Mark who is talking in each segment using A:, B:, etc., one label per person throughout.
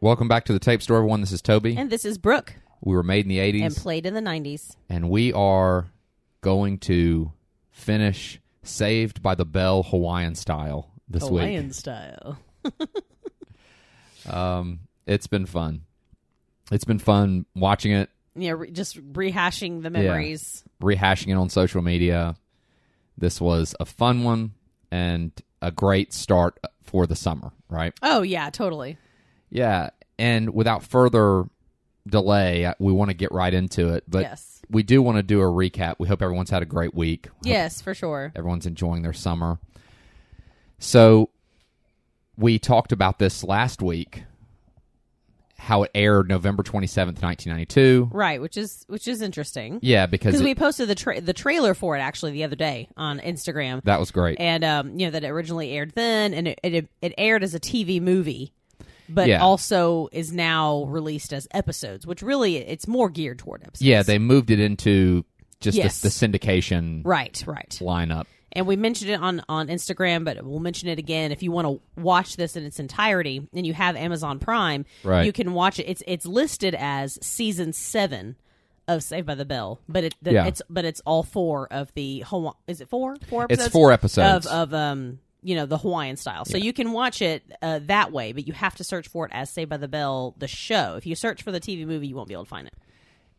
A: Welcome back to the tape store, everyone. This is Toby.
B: And this is Brooke
A: we were made in the 80s.
B: and played in the 90s.
A: and we are going to finish Saved by the Bell Hawaiian style this
B: Hawaiian
A: week.
B: style.
A: Um, It's been fun. It's been fun watching it,
B: Yeah, re- just rehashing the memories.
A: rehashing it on social media. This was a fun one and a great start for the summer, right?
B: Oh, yeah, totally.
A: Yeah, and without further delay, uh, we want to get right into it, but
B: Yes.
A: we do want to do a recap. We hope everyone's had a great week. We hope
B: Yes, for sure.
A: everyone's enjoying their summer. So we talked about this last week how it aired November 27th, 1992.
B: Right, which is which is interesting.
A: Yeah, because
B: Because
A: it-
B: we posted the tra- the trailer for it actually the other day on Instagram,
A: that was great.
B: and um, you know that it originally aired then, and it it, it aired as a TV movie, but
A: Yeah.
B: also is now released as episodes, which really it's more geared toward episodes.
A: yeah, they moved it into just
B: Yes.
A: the, the syndication
B: right, right.
A: lineup.
B: and we mentioned it on on Instagram, but we'll mention it again if you want to watch this in its entirety and you have Amazon Prime,
A: Right.
B: you can watch it. It's it's listed as season seven of Saved by the Bell, but it the,
A: Yeah.
B: it's but it's all four of the Hawaii. Is it four? Four
A: It's
B: episodes.
A: four episodes.
B: of of um you know the Hawaiian style, so you can watch it uh, that way, but you have to search for it as Saved by the Bell the show. If you search for the TV movie, you won't be able to find it.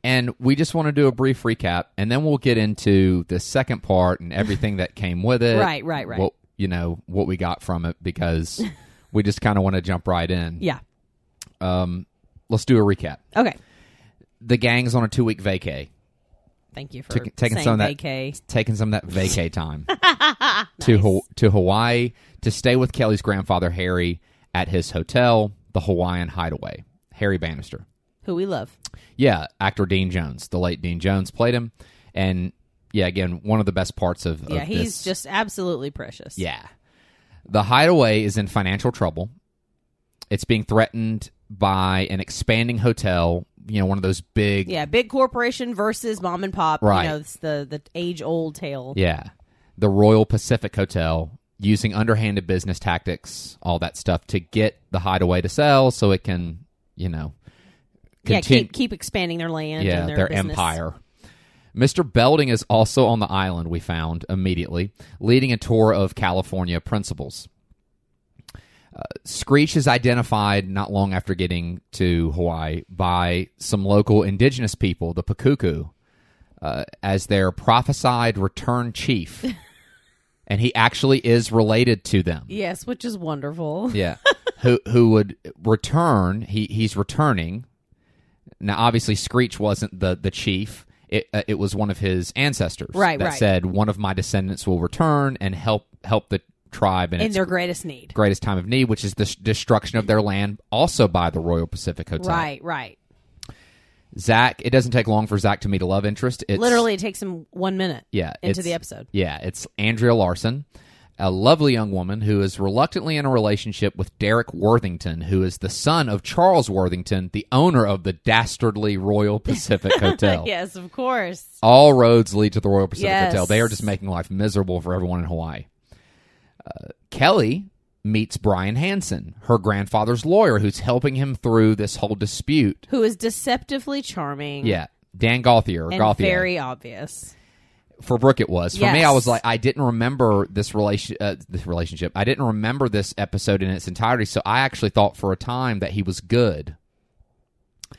A: And we just want to do a brief recap, and then we'll get into the second part and everything that came with it.
B: Right, right, right.
A: What you know, what we got from it, because we just kind of want to jump right in.
B: Yeah.
A: Let's do a recap.
B: Okay.
A: The gang's on a two-week vacay,
B: Thank you for
A: Taking- taking
B: saying
A: some of that-
B: vacay.
A: taking some of that vacay time to Haw- to Hawaii to stay with Kelly's grandfather Harry at his hotel, the Hawaiian Hideaway. Harry Bannister.
B: who we love.
A: Yeah, actor Dean Jones, the late Dean Jones played him, and yeah, again, one of the best parts of, of
B: Yeah, he's
A: this-
B: just absolutely precious.
A: Yeah. The hideaway is in financial trouble. It's being threatened by an expanding hotel, you know, one of those big.
B: Yeah, big corporation versus mom and pop.
A: Right.
B: You know, it's the, the age old tale.
A: Yeah. The Royal Pacific Hotel using underhanded business tactics, all that stuff to get the hideaway to sell so it can, you know,
B: Yeah,
A: continue
B: keep keep expanding their land
A: yeah,
B: and their,
A: their
B: business.
A: empire. Mr. Belding is also on the island, we found immediately, leading a tour of California principles. Uh, Screech is identified not long after getting to Hawaii by some local indigenous people, the Pakuku, uh, as their prophesied return chief. and he actually is related to them.
B: Yes, which is wonderful.
A: Yeah. who who would return? He he's returning. Now, obviously, Screech wasn't the the chief. It uh, it was one of his ancestors
B: Right,
A: that
B: right.
A: said, "One of my descendants will return and help help the tribe in,
B: In
A: its
B: their greatest need.
A: greatest time of need, which is the s- destruction of their land, also by the Royal Pacific Hotel."
B: Right, right.
A: Zach. It doesn't take long for Zach to meet a love interest. It's,
B: Literally it takes him one minute
A: yeah,
B: into
A: it's-
B: the episode.
A: Yeah, it's Andrea Larson, a lovely young woman who is reluctantly in a relationship with Derek Worthington, who is the son of Charles Worthington, the owner of the dastardly Royal Pacific Hotel.
B: Yes, of course.
A: All roads lead to the Royal Pacific
B: Yes.
A: Hotel. They are just making life miserable for everyone in Hawaii. Uh, Kelly meets Brian Hansen, her grandfather's lawyer, who's helping him through this whole dispute.
B: Who is deceptively charming.
A: Yeah, Dan Gauthier.
B: Mm-hmm. And
A: Gauthier.
B: very obvious.
A: for Brooke it was. For me, I
B: Yes.
A: was like, I didn't remember this relation, uh, this relationship. I didn't remember this episode in its entirety. So I actually thought for a time that he was good.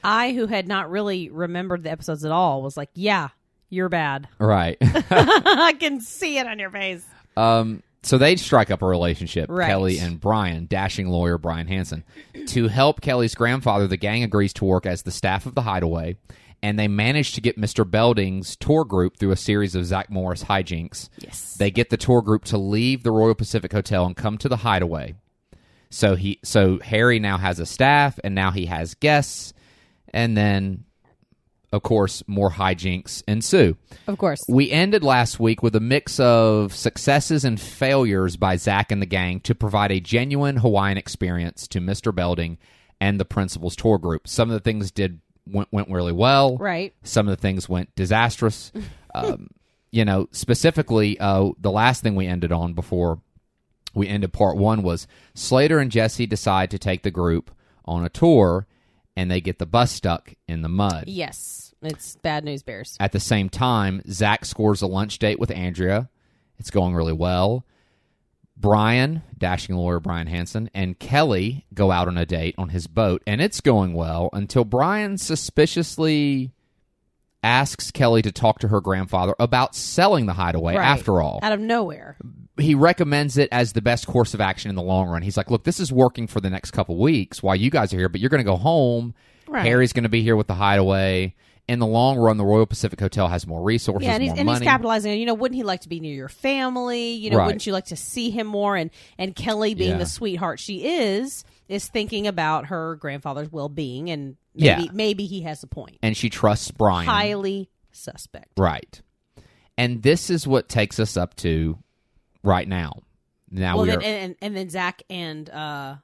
B: I, who had not really remembered the episodes at all, was like, yeah, you're bad.
A: Right.
B: I can see it on your face.
A: um. So they strike up a relationship,
B: Right.
A: Kelly and Brian, dashing lawyer Brian Hansen. To help Kelly's grandfather, the gang agrees to work as the staff of the hideaway, and they manage to get Mr. Belding's tour group through a series of Zach Morris hijinks.
B: Yes.
A: They get the tour group to leave the Royal Pacific Hotel and come to the Hideaway. So he, so Harry now has a staff, and now he has guests, and then, of course, more hijinks ensue.
B: Of course.
A: We ended last week with a mix of successes and failures by Zach and the gang to provide a genuine Hawaiian experience to Mister Belding and the principal's tour group. Some of the things did went went really well,
B: Right.
A: some of the things went disastrous. um, you know, specifically, uh, the last thing we ended on before we ended part one was Slater and Jesse decide to take the group on a tour and they get the bus stuck in the mud.
B: Yes, it's bad news bears.
A: At the same time, Zach scores a lunch date with Andrea. It's going really well. Brian, dashing lawyer Brian Hansen, and Kelly go out on a date on his boat, and it's going well until Brian suspiciously asks Kelly to talk to her grandfather about selling the hideaway
B: Right.
A: after all
B: out of nowhere.
A: he recommends it as the best course of action in the long run. He's like, look, this is working for the next couple weeks while you guys are here, but you're going to go home.
B: Right.
A: Harry's going to be here with the hideaway. In the long run, the Royal Pacific Hotel has more resources,
B: Yeah, and he's,
A: more
B: and he's
A: money.
B: capitalizing. on, You know, wouldn't he like to be near your family? You know,
A: Right.
B: wouldn't you like to see him more? And and Kelly, being
A: Yeah.
B: the sweetheart she is, is thinking about her grandfather's well being, and maybe
A: Yeah.
B: maybe he has a point.
A: and she trusts Brian.
B: Highly suspect.
A: Right. And this is what takes us up to right now. Now
B: well,
A: we're
B: then, and, and and then Zach and uh,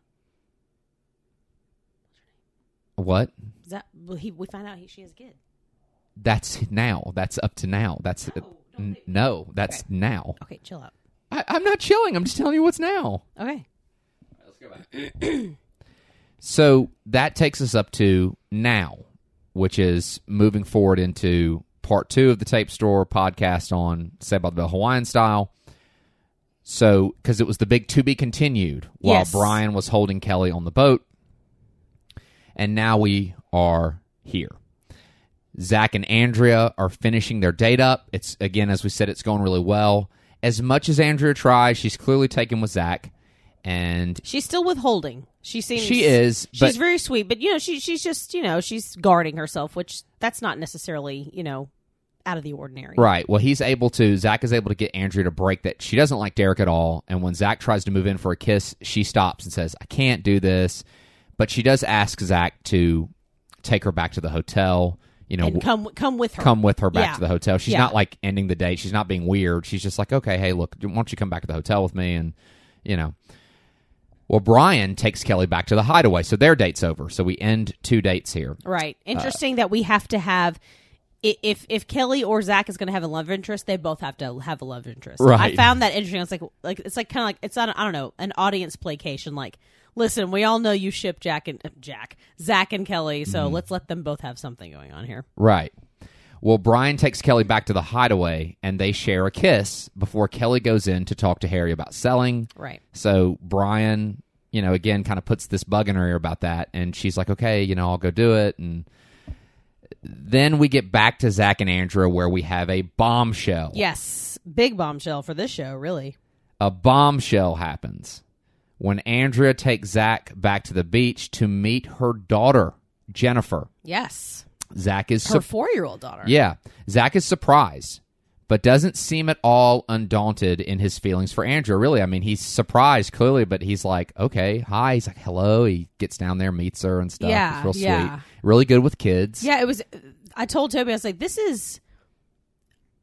A: what?
B: Zach, well, he we find out he, she has a kid.
A: That's now. That's up to now. That's n- no. That's now.
B: Okay, chill out.
A: I, I'm not chilling. I'm just telling you what's now.
B: Okay,
A: So that takes us up to now, which is moving forward into part two of the tape store podcast on Say by the Bell Hawaiian style. So, because it was the big to be continued while
B: Yes.
A: Brian was holding Kelly on the boat. And now we are here. Zach and Andrea are finishing their date up. It's, again, as we said, it's going really well. As much as Andrea tries, she's clearly taken with Zach. And
B: she's still withholding. She seems
A: she is. but
B: She's very sweet, but you know, she she's just you know she's guarding herself, which that's not necessarily you know out of the ordinary.
A: Right. Well, he's able to. Zach is able to get Andrea to break that she doesn't like Derek at all. And when Zach tries to move in for a kiss, she stops and says, "I can't do this." But she does ask Zach to take her back to the hotel. You know,
B: And
A: w-
B: come come with her.
A: come with her back
B: Yeah.
A: to the hotel. She's
B: Yeah.
A: not like ending the date. She's not being weird. She's just like, "Okay, hey, look, why don't you come back to the hotel with me?" And you know. Well, Brian takes Kelly back to the hideaway, so their date's over. So we end two dates here.
B: Right. Interesting that we have to have i- if if Kelly or Zach is going to have a love interest, they both have to have a love interest.
A: Right.
B: I found that interesting. It's like like it's like kind of like it's not I don't know an audience placation. Like, listen, we all know you ship Jack and uh, Jack Zach and Kelly, so
A: Mm-hmm.
B: let's let them both have something going on here.
A: Right. Well, Brian takes Kelly back to the hideaway and they share a kiss before Kelly goes in to talk to Harry about selling.
B: Right.
A: So Brian, you know, again kind of puts this bug in her ear about that and she's like, "Okay, you know, I'll go do it." And then we get back to Zach and Andrea where we have a bombshell.
B: Yes. Big bombshell for this show, really.
A: A bombshell happens when Andrea takes Zach back to the beach to meet her daughter, Jennifer.
B: Yes.
A: Zach is
B: Her four year old daughter.
A: Yeah. Zach is surprised, but doesn't seem at all undaunted in his feelings for Andrea. Really, I mean, he's surprised clearly, but he's like, okay, hi. He's like, hello. He gets down there, meets her, and stuff.
B: Yeah,
A: It's real sweet.
B: yeah.
A: Really good with kids.
B: Yeah, it was. I told Toby, I was like, this is.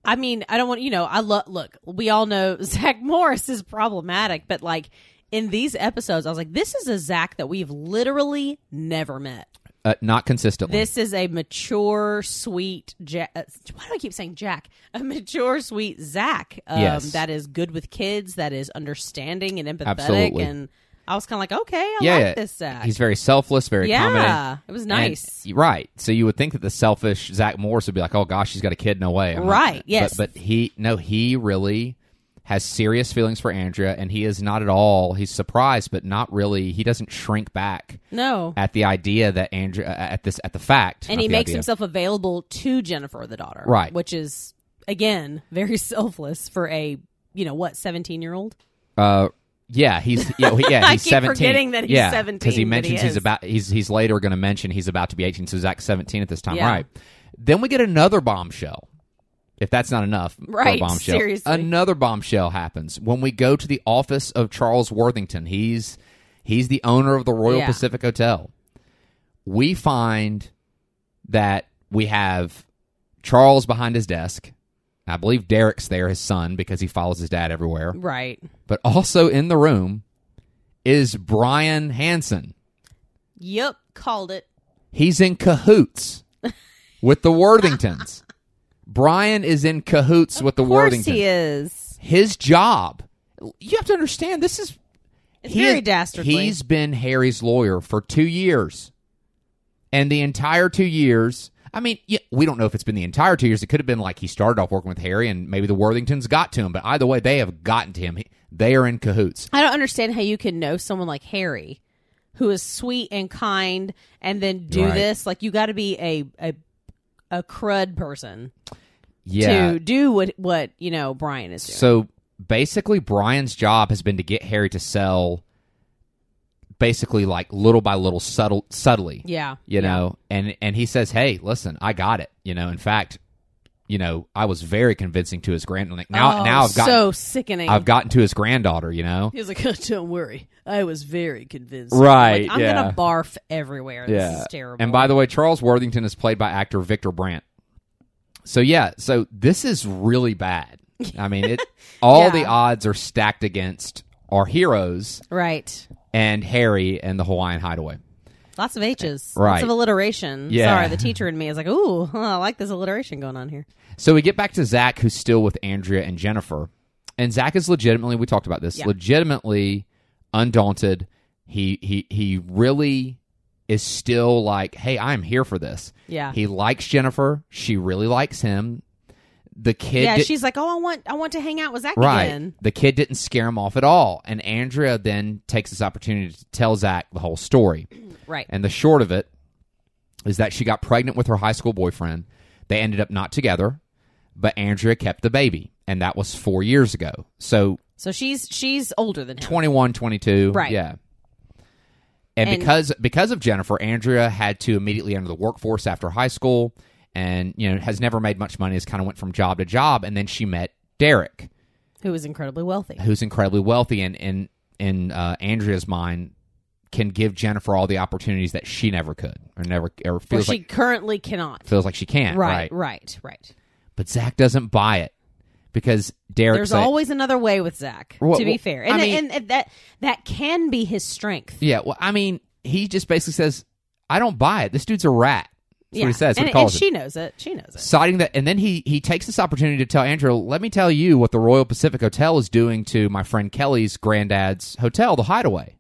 B: I mean, I don't want, you know, I look, look, we all know Zach Morris is problematic, but like in these episodes, I was like, this is a Zach that we've literally never met.
A: Uh, not consistently.
B: This is a mature, sweet Jack. uh, Why do I keep saying Jack? A mature, sweet Zach um,
A: Yes.
B: that is good with kids, that is understanding and empathetic.
A: Absolutely.
B: And I was kind of like, okay, I
A: yeah,
B: like
A: yeah.
B: this Zach.
A: He's very selfless, very
B: yeah,
A: accommodating.
B: it was
A: And-
B: nice.
A: right. So you would think that the selfish Zach Morris would be like, oh gosh, she's got a kid, no way. I'm not-
B: Right, yes.
A: But, but he, no, he really has serious feelings for Andrea, and he is not at all, he's surprised, but not really, he doesn't shrink back
B: no.
A: at the idea that Andrea, at this, at the fact.
B: and
A: not
B: he
A: the
B: makes
A: idea.
B: himself available to Jennifer, the daughter,
A: Right.
B: Which is again very selfless for a you know what seventeen year old.
A: Uh, yeah, he's yeah, he- yeah
B: I
A: he's
B: keep
A: seventeen.
B: forgetting that he's
A: yeah,
B: 17,
A: because he
B: but he
A: mentions he's
B: is.
A: about he's he's later going to mention he's about to be eighteen. So Zach's seventeen at this time,
B: Yeah.
A: right? Then we get another bombshell. If that's not enough, for a
B: Right,
A: Bombshell.
B: seriously.
A: Another bombshell happens when we go to the office of Charles Worthington. He's he's the owner of the Royal
B: Yeah.
A: Pacific Hotel. We find that we have Charles behind his desk. I believe Derek's there, his son, because he follows his dad everywhere
B: Right.
A: but also in the room is Brian Hansen.
B: Yep. Called it.
A: He's in cahoots with the Worthingtons. Brian is in cahoots with the
B: Of course
A: Worthingtons.
B: he is.
A: His job, you have to understand, this is
B: It's very dastardly.
A: He's been Harry's lawyer for two years, and the entire two years. I mean, yeah, we don't know if it's been the entire two years. It could have been like he started off working with Harry, and maybe the Worthingtons got to him. But either way, they have gotten to him. He- They are in cahoots.
B: I don't understand how you can know someone like Harry, who is sweet and kind, and then do
A: Right.
B: this. Like you got to be a a a crud person
A: Yeah.
B: to do what what you know Brian is doing.
A: So basically, Brian's job has been to get Harry to sell, basically like little by little, subtle, subtly.
B: yeah,
A: you know and and he says hey listen i got it you know in fact you know i was very convincing to his grand like now
B: Oh,
A: now i've gotten
B: so sickening.
A: i've gotten to his granddaughter you know
B: He was like, "Don't worry, I was very convinced."
A: Right,
B: Like, I'm
A: yeah.
B: gonna barf everywhere. This is terrible.
A: and by the way charles worthington is played by actor victor brandt so yeah so this is really bad i mean it all
B: Yeah.
A: the odds are stacked against our heroes
B: right,
A: and harry and the hawaiian hideaway
B: lots of H's,
A: Right.
B: lots of alliteration.
A: Yeah.
B: Sorry, the teacher in me is like, "Ooh, huh, I like this alliteration going on here."
A: So we get back to Zach, who's still with Andrea and Jennifer. And Zach is legitimately, we talked about this,
B: Yeah.
A: legitimately undaunted. He he he really is still like, hey, I'm here for this.
B: Yeah.
A: He likes Jennifer. She really likes him. The kid
B: yeah,
A: did-
B: she's like, "Oh, I want, I want to hang out with Zach
A: Right.
B: again."
A: The kid didn't scare him off at all. And Andrea then takes this opportunity to tell Zach the whole story.
B: Right.
A: And the short of it is that she got pregnant with her high school boyfriend. They ended up not together, but Andrea kept the baby. And that was four years ago. So
B: So she's she's older than him.
A: 21, 22.
B: Right.
A: Yeah. And,
B: And-
A: because because of Jennifer, Andrea had to immediately enter the workforce after high school and, you know, has never made much money, has kind of went from job to job. And then she met Derek,
B: who is incredibly wealthy.
A: who's incredibly wealthy and in in uh, Andrea's mind can give Jennifer all the opportunities that she never could or never or
B: Well,
A: feels
B: she
A: like
B: currently cannot.
A: feels like she can't.
B: Right,
A: Right.
B: right, right.
A: But Zach doesn't buy it because Derek.
B: There's
A: said-
B: always another way with Zach.
A: Well,
B: to be
A: well,
B: fair,
A: I
B: and,
A: mean-
B: and that that can be his strength.
A: Yeah. Well, I mean, he just basically says, "I don't buy it. This dude's a rat." That's
B: yeah,
A: what he says. What
B: and,
A: he calls
B: and
A: it.
B: she knows it. She knows it.
A: Citing that, and then he he takes this opportunity to tell Andrew, "Let me tell you what the Royal Pacific Hotel is doing to my friend Kelly's granddad's hotel, the Hideaway."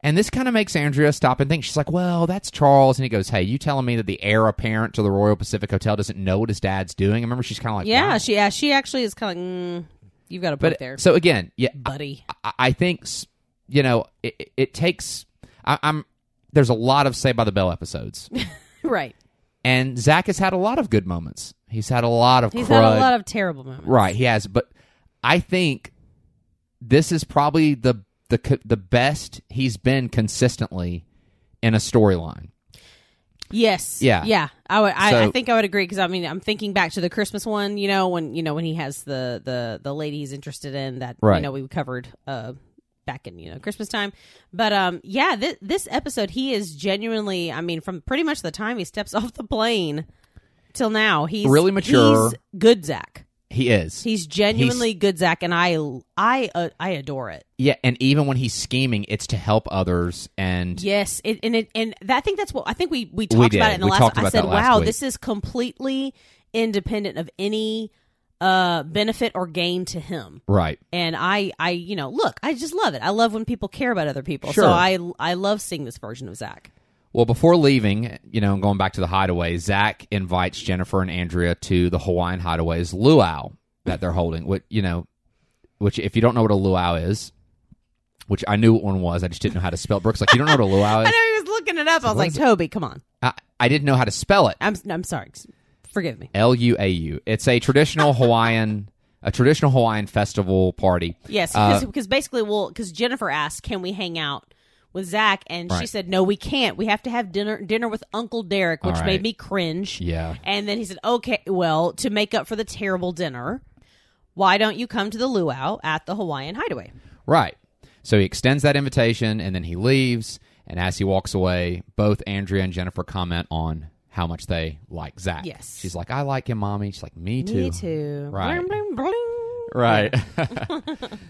A: And this kind of makes Andrea stop and think. She's like, "Well, that's Charles." And he goes, "Hey, you telling me that the heir apparent to the Royal Pacific Hotel doesn't know what his dad's doing?" I remember she's kind of like,
B: Yeah,
A: "Wow."
B: she yeah, she actually is kind of like, mm, you've got a book
A: But
B: there,
A: so again, yeah,
B: buddy.
A: I- I think s- you know it, it- it takes. I, I'm there's a lot of Say by the Bell episodes,
B: right.
A: and Zach has had a lot of good moments. He's had a lot of
B: He's
A: crud.
B: had a lot of terrible moments.
A: right, he has. But I think this is probably the the co- the best he's been consistently in a storyline.
B: Yes.
A: Yeah.
B: Yeah. I would. I,
A: So-
B: I think I would agree because I mean I'm thinking back to the Christmas one. You know when you know when he has the the the lady he's interested in that
A: Right.
B: you know we covered uh back in you know Christmas time. But um yeah this this episode he is genuinely I mean from pretty much the time he steps off the plane till now he's
A: Really mature.
B: He's good Zach.
A: He is,
B: He's genuinely good Zach, and I I uh, I adore it.
A: yeah, and even when he's scheming, it's to help others. And
B: Yes, it, and it, and that, I think that's what I think we we talked
A: did.
B: about it in the
A: We
B: last.
A: talked
B: I
A: about
B: said,
A: that last
B: "Wow,
A: week."
B: this is completely independent of any uh benefit or gain to him."
A: right,
B: And I, I, you know, look, I just love it. I love when people care about other people.
A: Sure.
B: So I, I love seeing this version of Zach.
A: Well, before leaving, you know, and going back to the hideaway, Zach invites Jennifer and Andrea to the Hawaiian hideaway's luau that they're holding. What you know, which if you don't know what a luau is, which I knew what one was, I just didn't know how to spell. it. Brooks like you don't know what a luau
B: I
A: is.
B: know he was looking it up. I was like, Toby, come on.
A: I, I didn't know how to spell it.
B: I'm, I'm sorry. Forgive me.
A: L U A U. It's a traditional Hawaiian, a traditional Hawaiian festival party.
B: Yes,
A: Uh,
B: because basically, well, because Jennifer asked, "Can we hang out with Zach?" And she
A: Right.
B: said, "No, we can't. We have to have dinner dinner with Uncle Derek," which
A: All right.
B: made me cringe.
A: Yeah.
B: And then he said, "Okay, well, to make up for the terrible dinner, why don't you come to the luau at the Hawaiian Hideaway?"
A: Right. So he extends that invitation and then he leaves. And as he walks away, both Andrea and Jennifer comment on how much they like Zach.
B: Yes.
A: She's like, I like him, mommy. She's like, me too.
B: Me too.
A: Right.
B: Bling, bling, bling.
A: Right.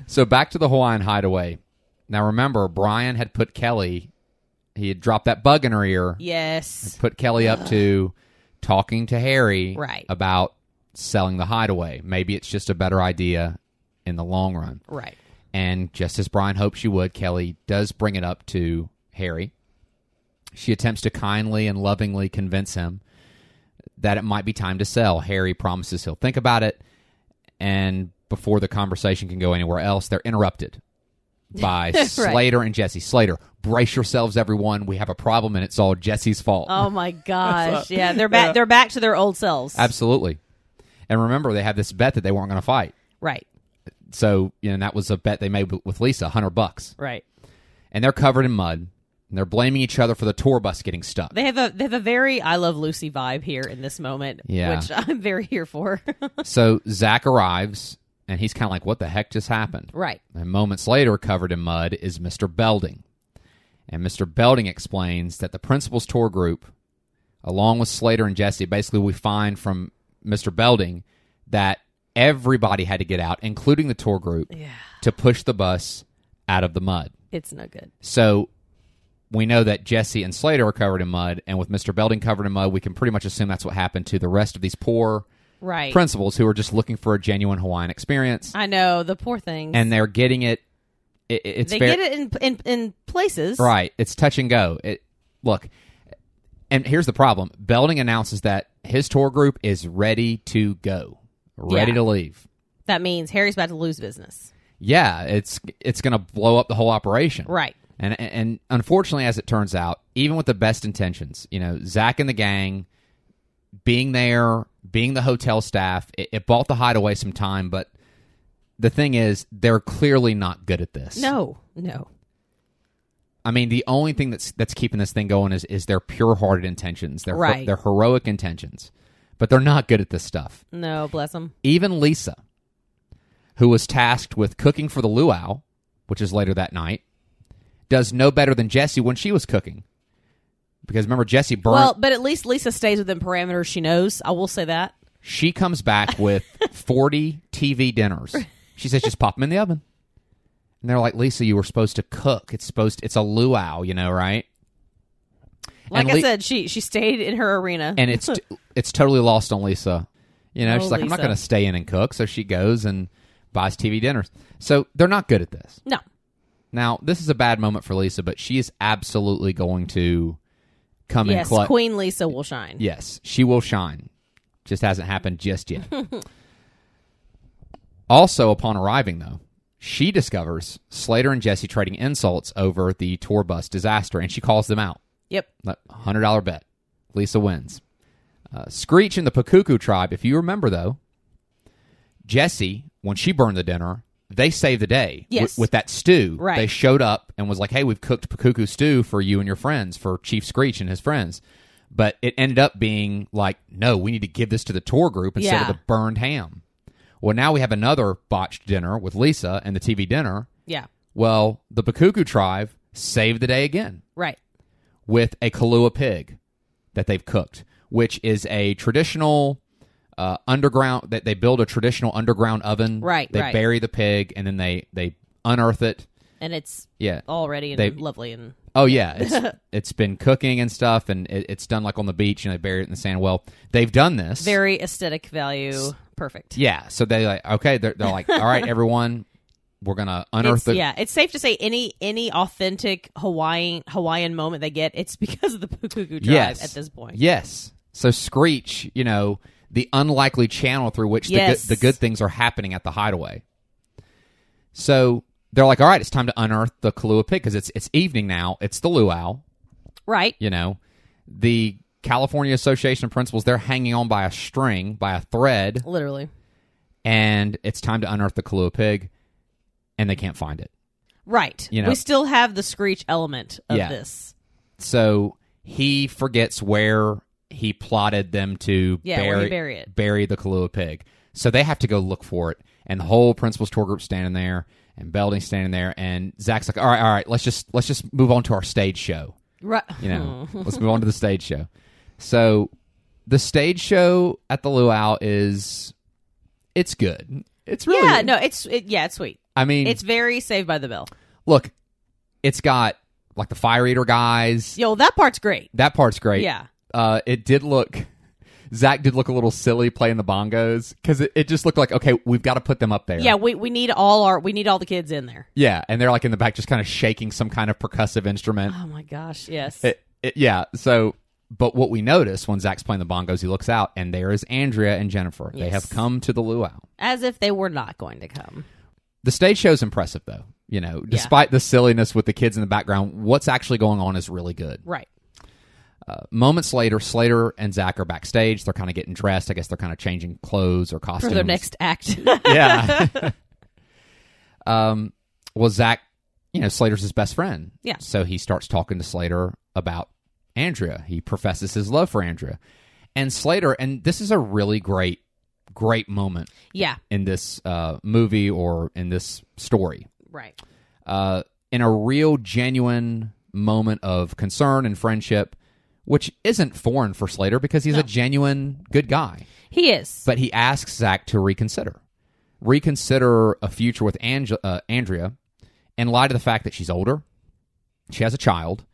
A: so back to the Hawaiian hideaway. Now remember, Brian had put Kelly, he had dropped that bug in her ear,
B: Yes.
A: put Kelly up to talking to Harry
B: Right.
A: about selling the hideaway. Maybe it's just a better idea in the long run.
B: Right.
A: And just as Brian hoped she would, Kelly does bring it up to Harry. She attempts to kindly and lovingly convince him that it might be time to sell. Harry promises he'll think about it. And before the conversation can go anywhere else, they're interrupted by Slater and Jesse. Slater, brace yourselves, everyone. We have a problem, and it's all Jesse's fault.
B: Oh my gosh. yeah, they're back they're back to their old selves.
A: Absolutely. And remember, they had this bet that they weren't going to fight.
B: right.
A: So, you know, that was a bet they made with Lisa, 100 bucks.
B: Right.
A: And they're covered in mud, and they're blaming each other for the tour bus getting stuck.
B: They have a they have a very I love Lucy vibe here in this moment,
A: Yeah.
B: which I'm very here for.
A: so Zach arrives, and he's kind of like, what the heck just happened?
B: right.
A: And moments later, covered in mud, is Mr. Belding. And Mr. Belding explains that the principal's tour group, along with Slater and Jesse, basically we find from Mr. Belding that everybody had to get out, including the tour group,
B: Yeah.
A: to push the bus out of the mud.
B: It's no good.
A: So we know that Jesse and Slater are covered in mud, and with Mr. Belding covered in mud, we can pretty much assume that's what happened to the rest of these poor
B: Right.
A: principals who are just looking for a genuine Hawaiian experience,
B: I know the poor things.
A: and they're getting it. it it- it's
B: they
A: very,
B: get it in, in in places.
A: Right. It's touch and go. It look. And here's the problem. Belding announces that his tour group is ready to go. Ready
B: Yeah.
A: to leave.
B: That means Harry's about to lose business.
A: Yeah, it's it's going to blow up the whole operation.
B: Right.
A: And and unfortunately as it turns out, even with the best intentions, you know, Zach and the gang being there, being the hotel staff, it, it bought the hideaway some time, but the thing is, they're clearly not good at this.
B: No. No.
A: I mean, the only thing that's that's keeping this thing going is is their pure-hearted intentions, their
B: Right.
A: their heroic intentions, but they're not good at this stuff.
B: No. Bless him.
A: Even Lisa, who was tasked with cooking for the luau, which is later that night, does no better than Jesse when she was cooking, because remember Jesse burned.
B: Well, but at least Lisa stays within parameters she knows. I will say that.
A: she comes back with forty TV dinners. She says, "Just pop them in the oven," and they're like, "Lisa, you were supposed to cook. It's supposed. it's a luau, you know, right?"
B: Like
A: And
B: I
A: Li-
B: said, she she stayed in her arena.
A: and it's t- it's totally lost on Lisa. You know,
B: Oh,
A: she's like, I'm not
B: Lisa.
A: going to stay in and cook, so she goes and buys TV dinners. So they're not good at this.
B: no.
A: Now, this is a bad moment for Lisa, but she is absolutely going to come in
B: Yes,
A: clutch.
B: Queen Lisa will shine.
A: Yes, she will shine. Just hasn't happened just yet. also, upon arriving, though, she discovers Slater and Jesse trading insults over the tour bus disaster, and she calls them out.
B: Yep.
A: Like, hundred dollar bet. Lisa wins. Uh, Screech and the Pakuku tribe. If you remember though, Jesse when she burned the dinner, they saved the day. wi-
B: Yes.
A: With, that stew,
B: Right.
A: They showed up and was like, "Hey, we've cooked Pakuku stew for you and your friends, for Chief Screech and his friends." But it ended up being like, "No, we need to give this to the tour group instead
B: Yeah.
A: of the burned ham." Well, now we have another botched dinner with Lisa and the TV dinner.
B: Yeah.
A: Well, the Pakuku tribe saved the day again
B: Right.
A: with a Kahlua pig that they've cooked, which is a traditional uh, underground that they build a traditional underground oven.
B: Right,
A: They
B: right.
A: bury the pig and then they they unearth it.
B: And it's
A: Yeah.
B: already and
A: They-
B: lovely and
A: Oh yeah, it's it's been cooking and stuff, and it, it's done like on the beach, and they bury it in the sand. Well, they've done this.
B: very aesthetic value. Perfect.
A: yeah. So they like okay, they're, they're like all right, everyone, we're gonna unearth
B: It's-
A: the
B: yeah, it's safe to say any any authentic Hawaiian Hawaiian moment they get, it's because of the Pukuku Drive
A: yes
B: at this point.
A: Yes. So Screech, you know, the unlikely channel through which
B: Yes.
A: the, good, the good things are happening at the hideaway. So they're like, all right, it's time to unearth the Kalua pig because it's it's evening now. It's the luau,
B: Right?
A: you know. The California Association of Principals, they're hanging on by a string, by a thread,
B: Literally.
A: and it's time to unearth the Kalua pig, and they can't find it.
B: Right.
A: You know-
B: we still have the screech element of
A: Yeah.
B: this.
A: So he forgets where he plotted them to
B: Yeah,
A: bury,
B: where you bury it.
A: bury the Kalua pig. So they have to go look for it, and the whole principal's tour group standing there, and Belding standing there, and Zach's like, "All right, all right, let's just let's just move on to our stage show.
B: Right.
A: You know, let's move on to the stage show." So the stage show at the luau is it's good. It's really
B: Yeah, no, it's it, yeah, it's sweet.
A: I mean,
B: It's very Saved by the Bell.
A: look, it's got like the fire eater guys.
B: Yo, that part's great.
A: That part's great.
B: Yeah.
A: uh, it did look Zach did look a little silly playing the bongos because it, it just looked like okay, we've got to put them up there.
B: Yeah, we, we need all our we need all the kids in there.
A: yeah, and they're like in the back, just kind of shaking some kind of percussive instrument.
B: Oh my gosh, yes.
A: It, it, yeah. So, but what we notice when Zach's playing the bongos, he looks out, and there is Andrea and Jennifer. They
B: Yes.
A: have come to the luau.
B: As if they were not going to come.
A: The stage show's impressive, though. You know, despite the silliness with the kids in the background, what's actually going on is really good.
B: Right.
A: Uh, moments later, Slater and Zach are backstage. They're kind of getting dressed. I guess they're kind of changing clothes or
B: For
A: costumes.
B: their next act.
A: yeah. um, well, Zach, you know, Slater's his best friend.
B: Yeah.
A: So he starts talking to Slater about Andrea. He professes his love for Andrea. And Slater, and this is a really great, great moment
B: yeah,
A: in this uh, movie or in this story.
B: right.
A: Uh, in a real, genuine moment of concern and friendship, which isn't foreign for Slater because he's a genuine good guy.
B: He is.
A: But he asks Zach to reconsider, reconsider a future with Ange- uh, Andrea, in light of the fact that she's older, she has a child,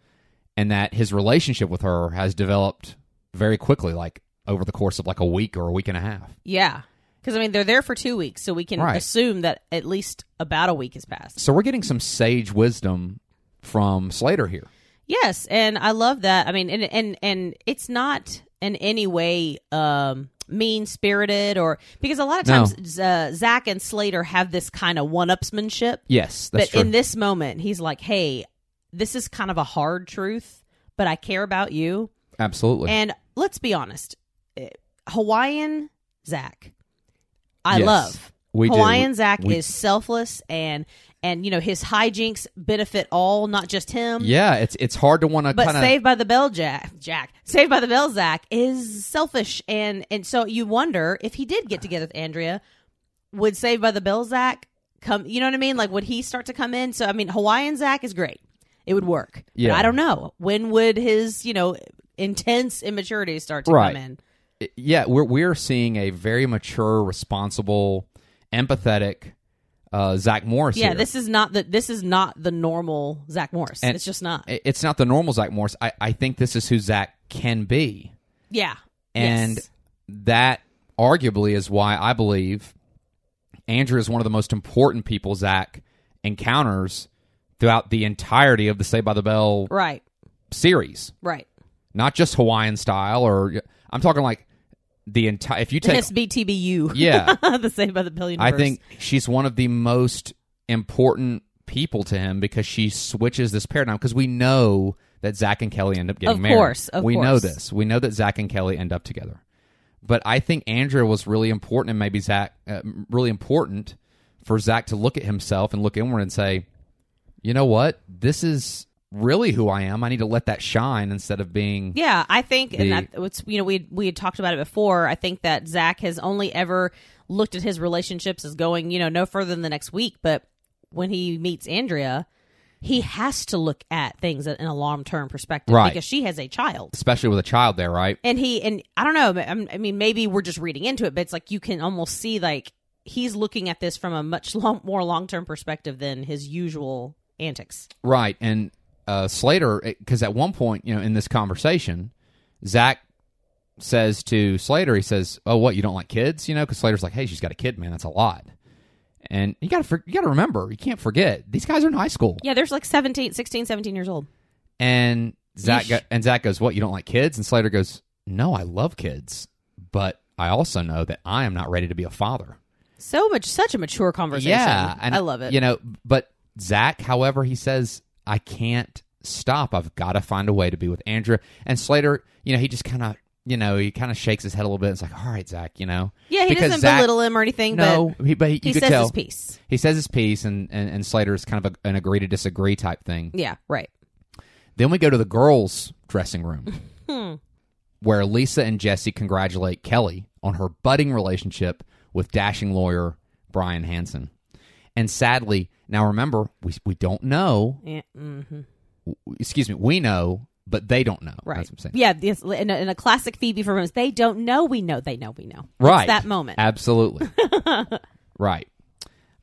A: and that his relationship with her has developed very quickly, like over the course of like a week or a week and a half.
B: yeah. Because I mean they're there for two weeks, so we can
A: Right.
B: assume that at least about a week has passed.
A: So we're getting some sage wisdom from Slater here.
B: Yes, and I love that. I mean, and and and it's not in any way um mean spirited or because a lot of
A: No.
B: times Z- uh, Zach and Slater have this kind of one upsmanship,
A: Yes, that's
B: but
A: true.
B: in this moment, he's like, "Hey, this is kind of a hard truth, but I care about you."
A: Absolutely.
B: And let's be honest, eh, Hawaiian Zach, I
A: Yes,
B: love.
A: we do.
B: Hawaiian Zach
A: We-
B: is selfless and and you know his hijinks benefit all, not just him.
A: yeah, it's it's hard to want to
B: But
A: kind of
B: Saved by the Bell Jack, Jack, Saved by the Bell Zach is selfish, and and so you wonder if he did get together with Andrea, would Saved by the Bell Zach come? You know what I mean? Like, would he start to come in? So I mean, Hawaiian Zach is great; it would work. But
A: Yeah.
B: I don't know when would his you know intense immaturity start to
A: Right.
B: come in.
A: yeah, we're we're seeing a very mature, responsible, empathetic uh, Zach Morris.
B: Yeah,
A: here.
B: this is not the this is not the normal Zach Morris. it's just not.
A: I- it's not the normal Zach Morris. I, I think this is who Zach can be,
B: yeah,
A: and
B: Yes.
A: that arguably is why I believe Andrew is one of the most important people Zach encounters throughout the entirety of the Say by the Bell
B: right,
A: series,
B: right.
A: not just Hawaiian style or I'm talking like the entire. If you take
B: SBTBU.
A: Yeah.
B: the Saved by the Bell universe.
A: I think she's one of the most important people to him because she switches this paradigm because we know that Zach and Kelly end up getting
B: Of
A: married.
B: course, of
A: we know
B: course.
A: this. We know that Zach and Kelly end up together. But I think Andrea was really important, and maybe Zach uh, really important for Zach to look at himself and look inward and say, "You know what? This is really who I am. I need to let that shine instead of being."
B: Yeah, I think, and
A: The-
B: that it's you know we we had talked about it before. I think that Zach has only ever looked at his relationships as going you know no further than the next week, but when he meets Andrea, he has to look at things in a long term perspective
A: Right.
B: because she has a child.
A: Especially with a child there, right?
B: And he and I don't know. I'm- I mean, maybe we're just reading into it, but it's like you can almost see like he's looking at this from a much long, more long term perspective than his usual antics.
A: Right, and uh, Slater, because at one point, you know, in this conversation, Zach says to Slater, he says, "Oh, what you don't like kids?" You know, because Slater's like, "Hey, she's got a kid, man. That's a lot." And you gotta for, you gotta remember, you can't forget these guys are in high school.
B: Yeah, there's like 17, 16, 17 years old.
A: And Zach
B: Yeesh.
A: go, and Zach goes, "What you don't like kids?" And Slater goes, "No, I love kids, but I also know that I am not ready to be a father."
B: So much, such a mature conversation.
A: Yeah, and
B: I love it.
A: You know, but Zach, however, he says, "I can't stop. I've got to find a way to be with Andrea." And Slater, you know, he just kind of, you know, he kind of shakes his head a little bit. It's like, "All right, Zach, you know."
B: Yeah, he
A: Because
B: doesn't
A: Zach-
B: belittle him or anything.
A: No, he, but he,
B: but he
A: you could
B: says
A: tell
B: his piece.
A: he says his piece, and and, and Slater is kind of a, an agree to disagree type thing.
B: Yeah, right.
A: Then we go to the girls' dressing room
B: Hmm.
A: where Lisa and Jesse congratulate Kelly on her budding relationship with dashing lawyer Brian Hansen. And sadly, now remember, we, we don't know.
B: Yeah, hmm
A: Excuse me, we know, but they don't know.
B: right.
A: That's what I'm saying.
B: Yeah, yes, in a, in a classic Phoebe for moments, they don't know we know they know we know. It's
A: Right.
B: that moment.
A: Absolutely. right.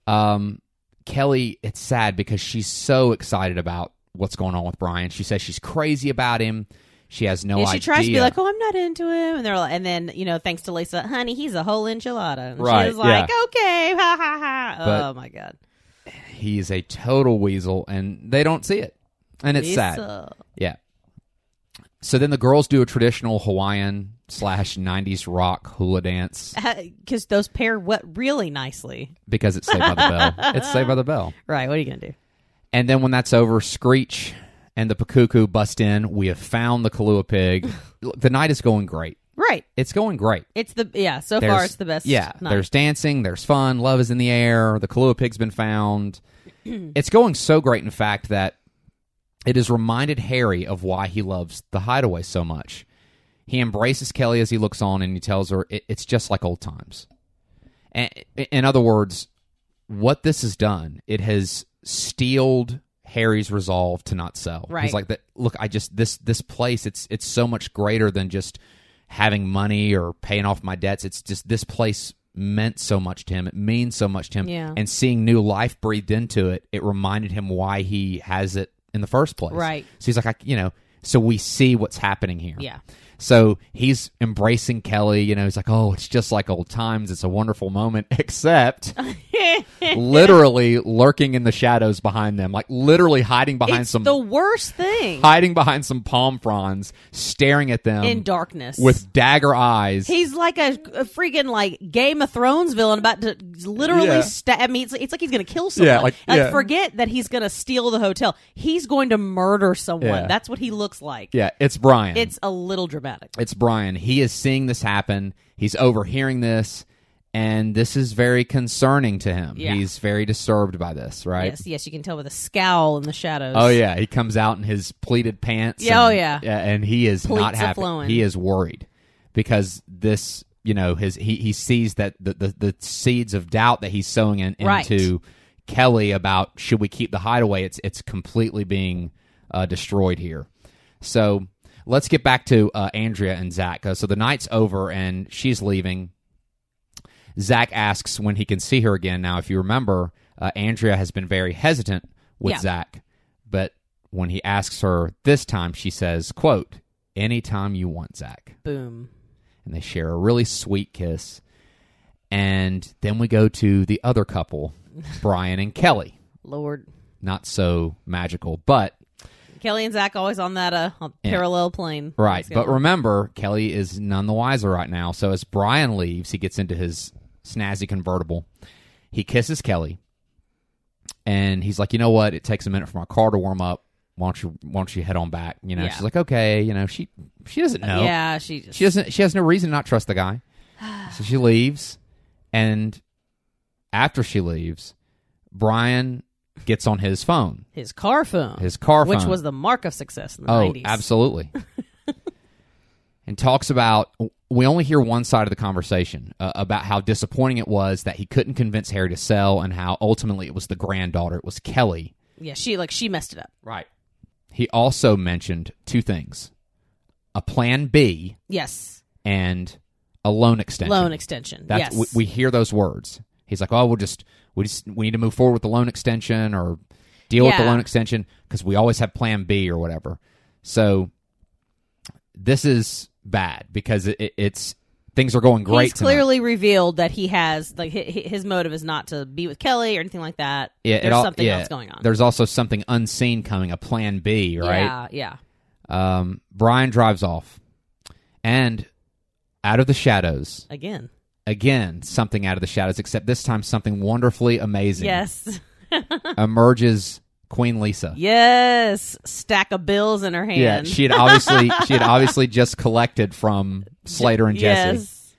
A: Um, Kelly, it's sad because she's so excited about what's going on with Brian. She says she's crazy about him. She has no
B: and
A: idea.
B: she tries to be like, "Oh, I'm not into him," and they're like, and then you know, thanks to Lisa, honey, he's a whole enchilada. And
A: Right,
B: She's like,
A: yeah.
B: "Okay, ha ha ha." oh
A: But-
B: my god,
A: He's a total weasel, and they don't see it, and it's sad.
B: Lisa.
A: Yeah. So then the girls do a traditional Hawaiian slash '90s rock hula dance
B: because those pair what really nicely.
A: because it's Saved by the Bell. It's Saved by the Bell.
B: Right? What are you gonna do?
A: And then when that's over, Screech and the Pakuku bust in. We have found the Kalua pig. Look, the night is going great.
B: Right?
A: It's going great.
B: It's the yeah. So far, it's the best.
A: Yeah,
B: night.
A: there's dancing, there's fun, love is in the air. The Kalua pig's been found. it's going so great, in fact, that it has reminded Harry of why he loves the Hideaway so much. He embraces Kelly as he looks on, and he tells her it, it's just like old times. And, in other words, what this has done, it has steeled Harry's resolve to not sell.
B: Right.
A: He's like, that. Look, I just this this place. It's it's so much greater than just having money or paying off my debts. It's just this place meant so much to him. It means so much to him.
B: Yeah.
A: And seeing new life breathed into it, it reminded him why he has it in the first place.
B: Right.
A: So he's like, I, you know, so we see what's happening here.
B: Yeah.
A: So he's embracing Kelly. You know, he's like, oh, it's just like old times. It's a wonderful moment, except literally lurking in the shadows behind them, like literally hiding behind
B: it's
A: some
B: the worst thing
A: hiding behind some palm fronds, staring at them
B: in darkness.
A: with dagger eyes.
B: He's like a, a freaking like Game of Thrones villain about to literally
A: Yeah.
B: stab. I mean, it's, it's like he's going to kill someone.
A: like- yeah.
B: forget that he's going to steal the hotel. He's going to murder someone.
A: Yeah.
B: That's what he looks like.
A: yeah, it's Brian.
B: It's a little dramatic.
A: it's Brian. He is seeing this happen. He's overhearing this, and this is very concerning to him.
B: Yeah.
A: He's very disturbed by this, right?
B: Yes, yes, you can tell with a scowl in the shadows.
A: Oh yeah, he comes out in his pleated pants.
B: Yeah, oh,
A: and-
B: yeah.
A: and he is not
B: Pleats are
A: happy.
B: flowing.
A: He is worried because this, you know, his he, he sees that the, the the seeds of doubt that he's sowing in,
B: Right.
A: into Kelly about should we keep the hideaway? It's it's completely being uh, destroyed here. So let's get back to uh, Andrea and Zach. Uh, so the night's over and she's leaving. Zach asks when he can see her again. Now, if you remember, uh, Andrea has been very hesitant with
B: Yeah.
A: Zach, but when he asks her this time, she says, "quote Anytime you want, Zach."
B: Boom.
A: And they share a really sweet kiss, and then we go to the other couple, Brian and Kelly.
B: Lord.
A: Not so magical, but
B: Kelly and Zach always on that uh, on parallel plane.
A: Right.
B: That's good.
A: But remember, Kelly is none the wiser right now. So as Brian leaves, he gets into his snazzy convertible. He kisses Kelly. And he's like, you know what? It takes a minute for my car to warm up. Why don't you why don't you head on back? You know,
B: Yeah.
A: she's like, Okay, you know, she she doesn't know.
B: Yeah, she just.
A: She doesn't she has no reason to not trust the guy. So she leaves and after she leaves, Brian gets on his phone,
B: his car phone.
A: his car phone
B: Which was the mark of success in the
A: oh,
B: 90s.
A: absolutely. and talks about we only hear one side of the conversation uh, about how disappointing it was that he couldn't convince Harry to sell and how ultimately it was the granddaughter, it was Kelly.
B: Yeah, she like she messed it up.
A: Right. He also mentioned two things. A plan B
B: Yes.
A: and a loan extension.
B: Loan extension.
A: That's
B: yes.
A: we, we hear those words. He's like, "Oh, we'll just we just we need to move forward with the loan extension or deal with the
B: Yeah.
A: loan extension because we always have Plan B or whatever." So this is bad because it, it, it's things are going great.
B: he's
A: tonight.
B: clearly revealed that he has like hi- hi- his motive is not to be with Kelly or anything like that.
A: Yeah, it
B: there's
A: all-
B: something
A: yeah,
B: else going on.
A: There's also something unseen coming, a Plan B, right?
B: Yeah, yeah.
A: Um, Brian drives off, and out of the shadows
B: Again,
A: again, something out of the shadows. Except this time, something wonderfully amazing
B: yes,
A: emerges. Queen Lisa.
B: yes. Stack of bills in her hand.
A: Yeah, she had obviously she had obviously just collected from Slater and Jesse.
B: Yes,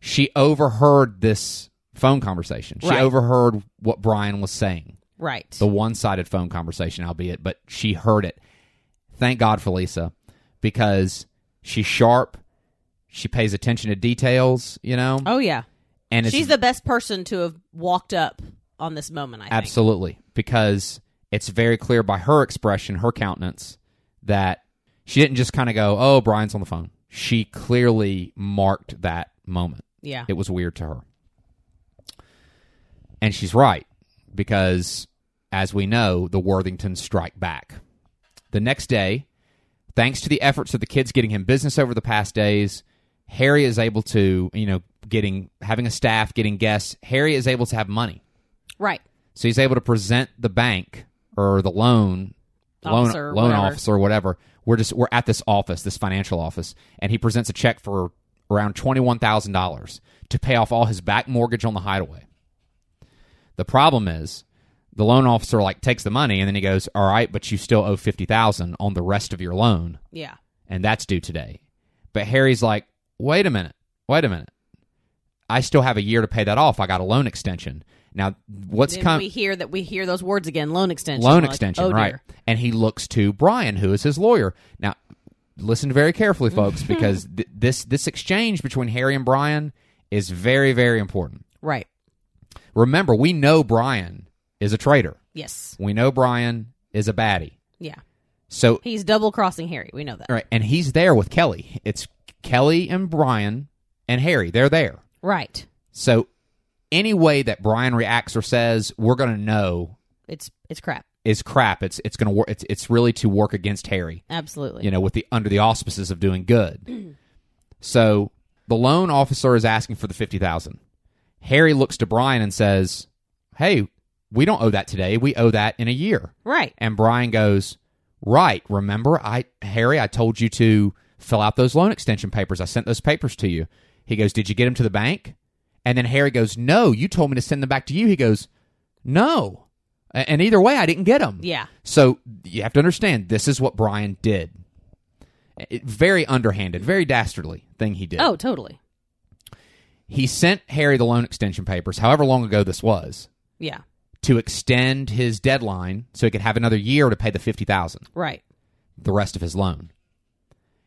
A: She overheard this phone conversation. She
B: Right.
A: overheard what Brian was saying.
B: right.
A: The one-sided phone conversation, albeit, but she heard it. Thank God for Lisa because she's sharp. She pays attention to details, you know.
B: oh yeah,
A: and it's
B: she's the best person to have walked up on this moment. I think.
A: Absolutely, because it's very clear by her expression, her countenance, that she didn't just kind of go, "Oh, Brian's on the phone." She clearly marked that moment.
B: Yeah,
A: It was weird to her, and she's right because, as we know, the Worthingtons strike back. The next day, Thanks to the efforts of the kids getting him business over the past days, Harry is able to, you know, getting having a staff, getting guests. Harry is able to have money.
B: Right.
A: So he's able to present the bank or the loan loan
B: Officer,
A: loan
B: whatever.
A: officer or whatever. We're just we're at this office, this financial office, and he presents a check for around twenty one thousand dollars to pay off all his back mortgage on the hideaway. The problem is the loan officer like takes the money and then he goes, All right, but you still owe fifty thousand on the rest of your loan
B: Yeah.
A: and that's due today. But Harry's like, wait a minute, wait a minute. I still have a year to pay that off. I got a loan extension. Now, what's
B: Then we
A: coming?
B: hear that we hear those words again. Loan extension.
A: Loan
B: We're like,
A: extension,
B: oh, dear.
A: right? And he looks to Brian, who is his lawyer. Now, listen very carefully, folks, because th- this this exchange between Harry and Brian is very, very important.
B: Right.
A: Remember, we know Brian is a traitor.
B: Yes.
A: We know Brian is a baddie.
B: Yeah.
A: So
B: He's double crossing Harry. We know that.
A: All right, and he's there with Kelly. It's Kelly and Brian and Harry. They're there.
B: Right.
A: So any way that Brian reacts or says, we're going to know
B: It's it's crap.
A: is crap. It's it's going to work. It's it's really to work against Harry.
B: Absolutely.
A: You know, with the under the auspices of doing good. so the loan officer is asking for the fifty thousand. Harry looks to Brian and says, "Hey, we don't owe that today. We owe that in a year."
B: Right.
A: And Brian goes, "Right, remember I Harry, I told you to fill out those loan extension papers. I sent those papers to you." He goes, "Did you get them to the bank?" And then Harry goes, "No, you told me to send them back to you." He goes, "No." A- And either way, I didn't get them.
B: Yeah.
A: So you have to understand this is what Brian did. It- very underhanded, very dastardly thing he did.
B: Oh, totally.
A: He sent Harry the loan extension papers, however long ago this was,
B: Yeah.
A: to extend his deadline so he could have another year to pay the 50,000.
B: Right.
A: the rest of his loan.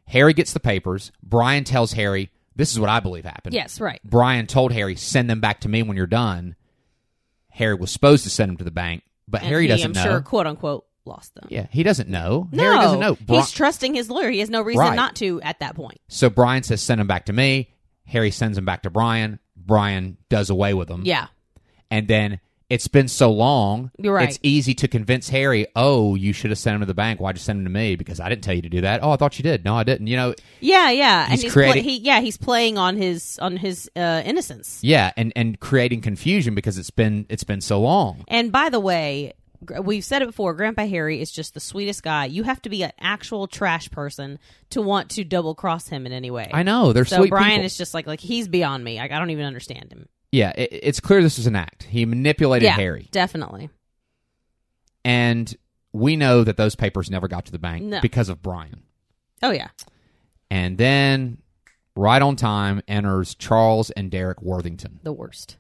A: Harry gets the papers. Brian tells Harry, This is what I believe happened.
B: Yes. Right.
A: Brian told Harry, Send them back to me when you're done. Harry was supposed to send them to the bank, but
B: And
A: Harry
B: he,
A: doesn't
B: I'm
A: know.
B: sure, quote unquote, lost them.
A: Yeah, he doesn't know.
B: No,
A: Harry doesn't know. Bri-
B: he's trusting his lawyer. He has no reason
A: Right.
B: not to at that point.
A: so Brian says, Send them back to me. Harry sends them back to Brian. Brian does away with them.
B: Yeah.
A: And then it's been so long.
B: You're right.
A: It's easy to convince Harry, oh, you should have sent him to the bank. Why'd you send him to me? Because I didn't tell you to do that. Oh, I thought you did. No, I didn't. You know,
B: Yeah, yeah.
A: He's
B: and he's
A: creating-
B: pla- he, yeah, he's playing on his on his uh, innocence.
A: Yeah, and and creating confusion because it's been it's been so long.
B: And by the way, gr- we've said it before. Grandpa Harry is just the sweetest guy. You have to be an actual trash person to want to double cross him in any way.
A: I know they're
B: so
A: sweet
B: Brian
A: people.
B: is just like like he's beyond me. Like, I don't even understand him.
A: yeah, it, it's clear this was an act. He manipulated
B: yeah,
A: Harry,
B: definitely.
A: and we know that those papers never got to the bank
B: No.
A: because of Brian.
B: Oh yeah,
A: And then, right on time, enters Charles and Derek Worthington,
B: the worst.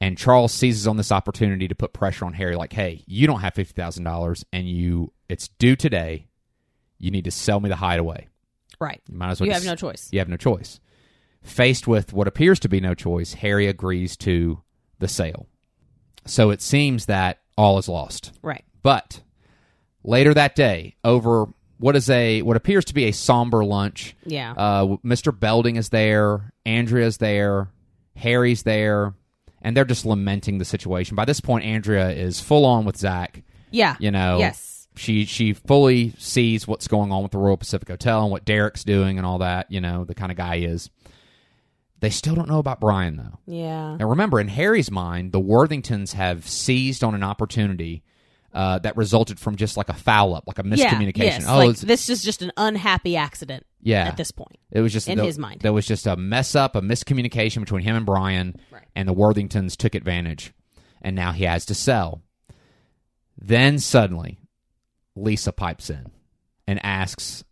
A: and Charles seizes on this opportunity to put pressure on Harry, like, "Hey, you don't have fifty thousand dollars, and you it's due today. You need to sell me the hideaway.
B: Right.
A: You might as well
B: You
A: just
B: have no choice.
A: You have no choice. Faced with what appears to be no choice, Harry agrees to the sale. So it seems that all is lost.
B: Right.
A: But later that day, over what is a what appears to be a somber lunch,
B: Yeah.
A: uh, Mr. Belding is there, Andrea's there, Harry's there, and they're just lamenting the situation. By this point, Andrea is full on with Zach.
B: yeah.
A: You know,
B: Yes.
A: she she fully sees what's going on with the Royal Pacific Hotel and what Derek's doing and all that. You know, the kind of guy he is. They still don't know about Brian though.
B: Yeah.
A: Now remember, in Harry's mind, the Worthingtons have seized on an opportunity uh, that resulted from just like a foul up, like a
B: Yeah,
A: miscommunication.
B: yes.
A: oh,
B: like,
A: it's-
B: this is just an unhappy accident
A: yeah,
B: at this point.
A: it was just
B: in
A: there-
B: his mind.
A: There was just a mess up, a miscommunication between him and Brian,
B: Right.
A: and the Worthingtons took advantage, and now he has to sell. Then suddenly, Lisa pipes in and asks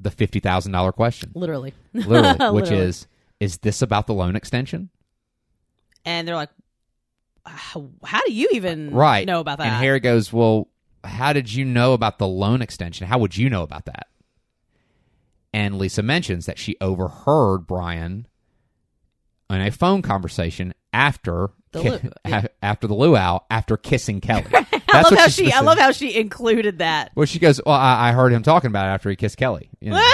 A: the fifty thousand dollar question,
B: Literally.
A: literally, which
B: Literally.
A: is, "Is this about the loan extension?"
B: and they're like, "How how do you even
A: Uh, Right?
B: know about that?"
A: And Harry goes, "Well, how did you know about the loan extension? How would you know about that?" And Lisa mentions that she overheard Brian in a phone conversation after
B: The
A: ki-
B: lu-
A: a- after the luau after kissing Kelly.
B: I
A: That's
B: love
A: what
B: how
A: she
B: she. I
A: specific-
B: love how she included that.
A: Well, she goes, "Well, I, I heard him talking about it after he kissed Kelly." you know.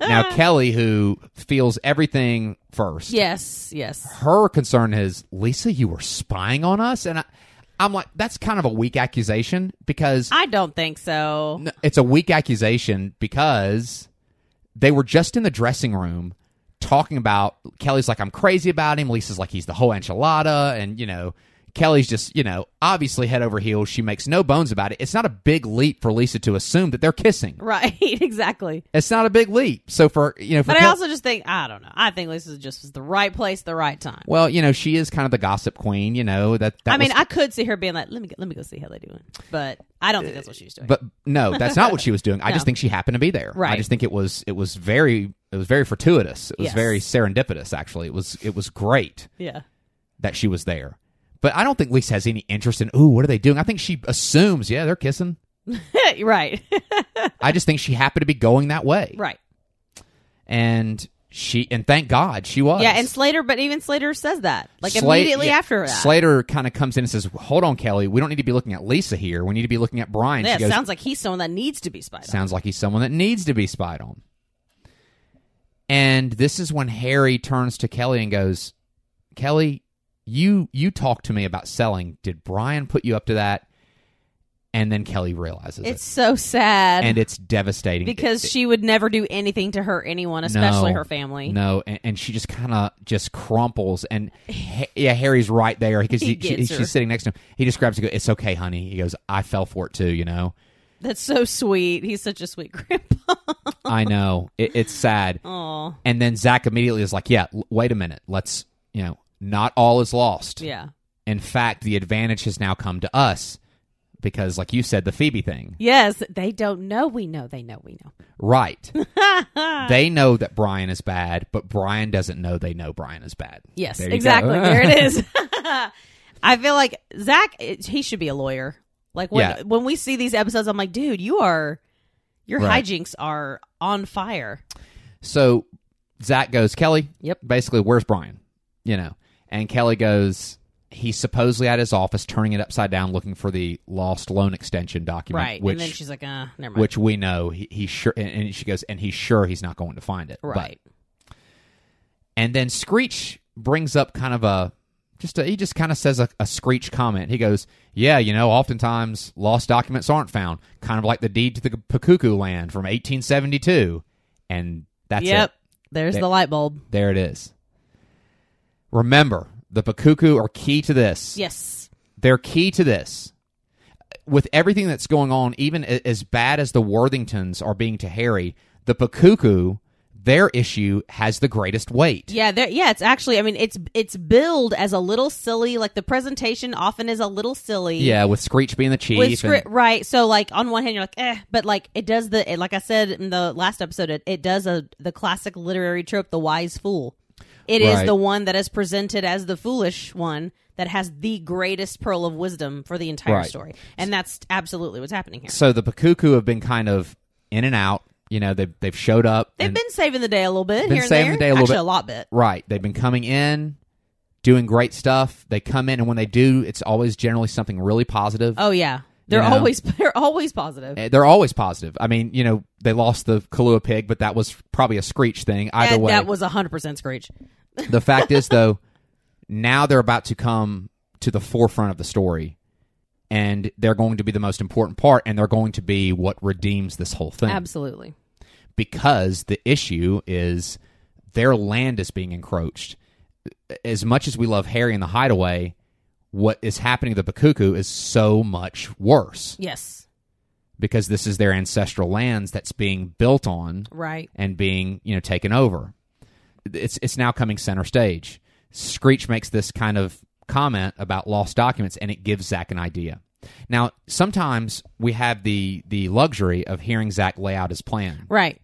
A: now Kelly, who feels everything first,
B: Yes, yes,
A: her concern is Lisa, you were spying on us, and I, I'm like, that's kind of a weak accusation because
B: I don't think so.
A: No, it's a weak accusation because they were just in the dressing room talking about Kelly's like I'm crazy about him. Lisa's like he's the whole enchilada, and you know Kelly's just you know obviously head over heels. She makes no bones about it. It's not a big leap for Lisa to assume that they're kissing.
B: Right, exactly.
A: It's not a big leap. So for you know, for
B: But I
A: Kel-
B: also just think I don't know. I think this is just the right place, the right time.
A: well, you know she is kind of the gossip queen. You know that. that
B: I mean,
A: was-
B: I could see her being like, "Let me go, let me go see how they're doing," but I don't think that's what she was doing.
A: But no, that's not what she was doing. I just think she happened to be there. I
B: Right.
A: just think it was it was very it was very fortuitous. It was
B: Yes.
A: very serendipitous actually. It was it was great
B: yeah,
A: that she was there. But I don't think Lisa has any interest in, ooh, what are they doing? I think she assumes, yeah, they're kissing.
B: right,
A: I just think she happened to be going that way.
B: right.
A: And she and thank God she was.
B: Yeah, and Slater, but even Slater says that like
A: Sla-
B: immediately
A: yeah,
B: after that.
A: Slater kind of comes in and says, Hold on, Kelly, we don't need to be looking at Lisa here. We need to be looking at Brian.
B: yeah,
A: she goes,
B: sounds like he's someone that needs to be spied on.
A: Sounds like he's someone that needs to be spied on. And this is when Harry turns to Kelly and goes, "Kelly, you you talked to me about selling. Did Brian put you up to that?" And then Kelly realizes
B: It's
A: it,
B: so sad
A: and it's devastating
B: because
A: It-
B: she would never do anything to hurt anyone,
A: it-
B: especially
A: no,
B: her family.
A: No, and, and she just kind of just crumples. And Ha- yeah, Harry's right there because he-
B: He
A: she-
B: gets her.
A: she's sitting next to him. He describes it. he goes, It's okay, honey. He goes, "I fell for it too. You know,
B: That's so sweet. He's such a sweet grandpa.
A: I know. It, it's sad."
B: Oh,
A: And then Zach immediately is like, yeah, l- wait a minute. Let's, you know, not all is lost.
B: yeah,
A: In fact, the advantage has now come to us because, like you said, the Phoebe thing.
B: yes. They don't know. We know. They know. We know.
A: Right. they know that Brian is bad, but Brian doesn't know they know Brian is bad.
B: Yes,
A: There you go.
B: exactly. there it is. I feel like Zach, it- he should be a lawyer. Like when
A: Yeah.
B: when we see these episodes, I'm like, dude, you are your
A: Right.
B: hijinks are on fire.
A: So Zach goes, Kelly,
B: Yep.
A: basically, where's Brian? You know, and Kelly goes, he's supposedly at his office turning it upside down looking for the lost loan extension document.
B: Right.
A: Which,
B: and then she's like, uh, never mind.
A: which we know he, he sure, and, and she goes, and he's sure he's not going to find it. But-
B: right.
A: And then Screech brings up kind of a just a, he just kind of says a, a Screech comment. He goes, "Yeah, you know, oftentimes lost documents aren't found, kind of like the deed to the Pakuku land from 1872." And that's
B: yep.
A: it.
B: There's
A: There-
B: the light bulb.
A: There it is. Remember, the Pakuku are key to this.
B: Yes.
A: They're key to this. With everything that's going on, even a- as bad as the Worthingtons are being to Harry, the Pakuku, their issue has the greatest weight.
B: Yeah, there yeah, it's actually I mean it's it's billed as a little silly, like the presentation often is a little silly.
A: Yeah, with Screech being the chief.
B: With
A: and-
B: script, right? So, like on one hand, you're like, eh, but like it does the it, like I said in the last episode, it, it does a the classic literary trope, the wise fool. It is
A: Right.
B: the one that is presented as the foolish one that has the greatest pearl of wisdom for the entire
A: Right.
B: story, and that's absolutely what's happening here.
A: so the Pakuku have been kind of in and out. You know, they've, they've showed up.
B: They've
A: and-
B: been saving the day a little bit
A: Been
B: here and
A: saving
B: there,
A: the day a little
B: actually
A: bit.
B: a lot bit.
A: Right. They've been coming in, doing great stuff. They come in, and when they do, it's always generally something really positive.
B: Oh yeah, they're
A: You know?
B: always they're always positive.
A: Eh, They're always positive. I mean, you know, they lost the Kalua pig, but that was probably a Screech thing. Either
B: And
A: way,
B: that was hundred percent Screech.
A: the fact is, though, now they're about to come to the forefront of the story. And they're going to be the most important part, and they're going to be what redeems this whole thing.
B: Absolutely.
A: because the issue is their land is being encroached. As much as we love Harry and the Hideaway, what is happening to the Bakuku is so much worse
B: Yes.
A: because this is their ancestral lands that's being built on
B: Right.
A: and being you know taken over. It's it's now coming center stage. Screech makes this kind of comment about lost documents, and it gives Zach an idea. Now, sometimes we have the the luxury of hearing Zach lay out his plan.
B: Right.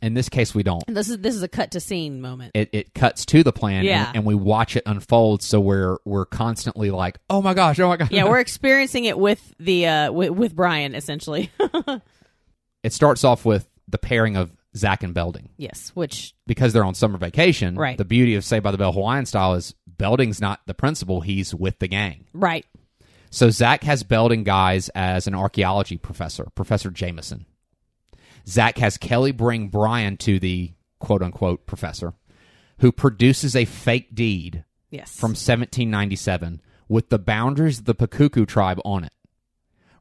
A: In this case, we don't.
B: And this is this is a cut to scene moment.
A: it, it cuts to the plan
B: Yeah.
A: and, and we watch it unfold so we're we're constantly like oh my gosh oh my gosh
B: yeah, we're experiencing it with the uh with, with Brian essentially.
A: it starts off with the pairing of Zach and Belding
B: yes, which
A: because they're on summer vacation
B: Right.
A: the beauty of Say by the Bell Hawaiian style is Belding's not the principal he's with the gang
B: right.
A: so Zach has Belding guys as an archaeology professor Professor Jameson Zach has Kelly bring Brian to the quote unquote professor who produces a fake deed
B: Yes.
A: from 1797 with the boundaries of the Pakuku tribe on it,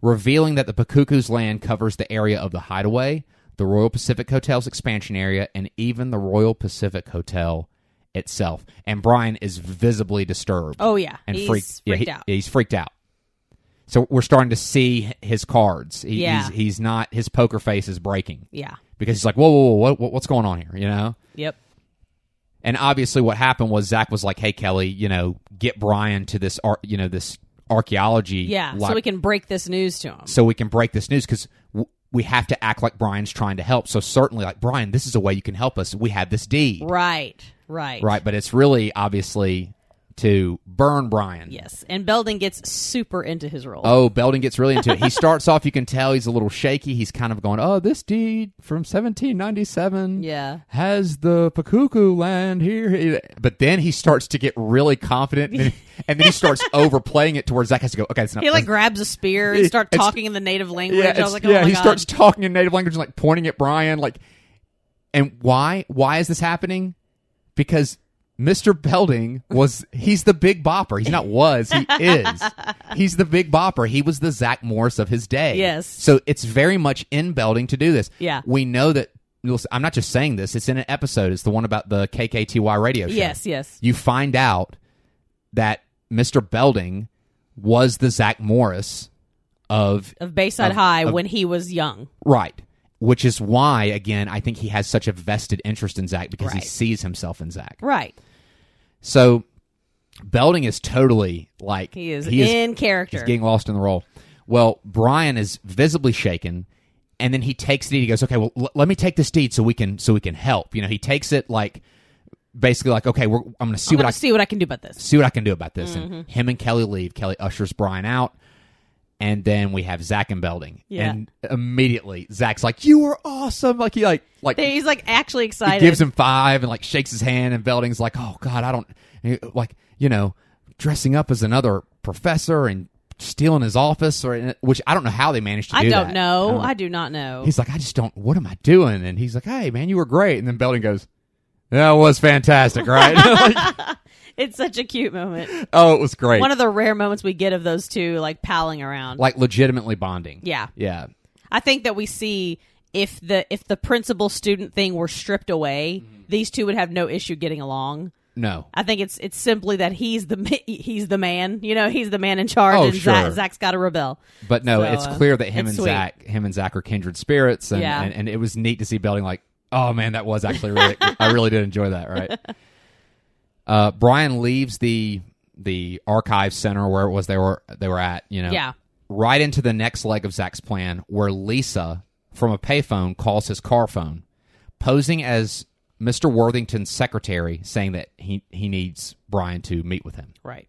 A: revealing that the Pakuku's land covers the area of the Hideaway, the Royal Pacific Hotel's expansion area, and even the Royal Pacific Hotel itself. And Brian is visibly disturbed
B: Oh yeah,
A: and
B: he's
A: freaked, yeah,
B: freaked
A: he-
B: out.
A: He's freaked out. So we're starting to see his cards. He, he's,
B: Yeah.
A: he's not his poker face is breaking
B: yeah.
A: because he's like, whoa, whoa, whoa, what, what, what's going on here? You know.
B: Yep.
A: And obviously, what happened was Zach was like, "Hey, Kelly, you know, get Brian to this, ar- you know, this archaeology,
B: Yeah.
A: lab-
B: so we can break this news to him.
A: so we can break this news because w- we have to act like Brian's trying to help. So certainly, like Brian, this is a way you can help us. We have this deed,
B: Right. Right.
A: right? But it's really obviously to burn Brian.
B: Yes. And Belding gets super into his role.
A: Oh, Belden gets really into it. He starts off, you can tell he's a little shaky. He's kind of going, "Oh, this deed from 1797
B: Yeah.
A: has the Pakuku land here." But then he starts to get really confident, and then, and then he starts overplaying it to where Zach has to go, "Okay, it's not."
B: He like
A: that's-
B: grabs a spear and starts
A: It's-
B: talking in the native language.
A: yeah,
B: I was
A: it's-
B: like, oh
A: yeah.
B: my
A: he
B: God.
A: starts talking in native language and like pointing at Brian, like, and why? Why is this happening? Because. Mr. Belding was he's the big bopper. He's not was, he is. He's the big bopper. He was the Zach Morris of his day.
B: Yes.
A: So it's very much in Belding to do this.
B: Yeah.
A: We know that listen, I'm not just saying this, it's in an episode. It's the one about the KKTY radio show.
B: Yes. Yes.
A: You find out that Mr. Belding was the Zach Morris of
B: Of Bayside High when he was young.
A: Right. Which is why, again, I think he has such a vested interest in Zach because he
B: Right.
A: sees himself in Zach.
B: Right.
A: So Belding is totally like
B: He is
A: he is,
B: in
A: he's
B: character.
A: getting lost in the role. Well, Brian is visibly shaken, and then he takes the deed. He goes, "Okay, well, l- let me take this deed so we can so we can help." You know, he takes it like basically like, "Okay, we're, I'm going to see
B: I'm
A: what I
B: gonna see what I can do about this.
A: see what I can do about this.
B: Mm-hmm.
A: And him and Kelly leave. Kelly ushers Brian out. And then we have Zach and Belding.
B: Yeah.
A: And immediately Zach's like, You were awesome. Like he like like
B: He's like actually
A: he
B: excited.
A: gives him five and like shakes his hand and Belding's like, Oh God, I don't like, you know, dressing up as another professor and stealing his office or which I don't know how they managed to
B: I
A: do
B: don't
A: that.
B: know.
A: I
B: I,
A: don't-
B: do not know.
A: He's like, I just don't what am I doing? And he's like, Hey man, you were great. And then Belding goes, That was fantastic, right? Like,
B: It's such a cute moment.
A: oh, it was great.
B: One of the rare moments we get of those two like palling around.
A: like legitimately bonding.
B: yeah.
A: Yeah.
B: I think that we see if the if the principal student thing were stripped away,
A: Mm-hmm.
B: these two would have no issue getting along.
A: No.
B: I think it's it's simply that he's the ma- he's the man, you know, he's the man in charge,
A: Oh,
B: and Zach,
A: sure.
B: Zach's got to rebel.
A: But no,
B: So,
A: it's
B: uh,
A: clear that him and
B: it's sweet.
A: Zach him and Zach are kindred spirits and,
B: Yeah.
A: and, and it was neat to see Belding like, oh man, that was actually really I really did enjoy that, right? Uh Brian leaves the the archive center where it was they were they were at, you know.
B: Yeah.
A: Right into the next leg of Zach's plan where Lisa from a payphone calls his car phone, posing as Mr. Worthington's secretary, saying that he, he needs Brian to meet with him.
B: Right.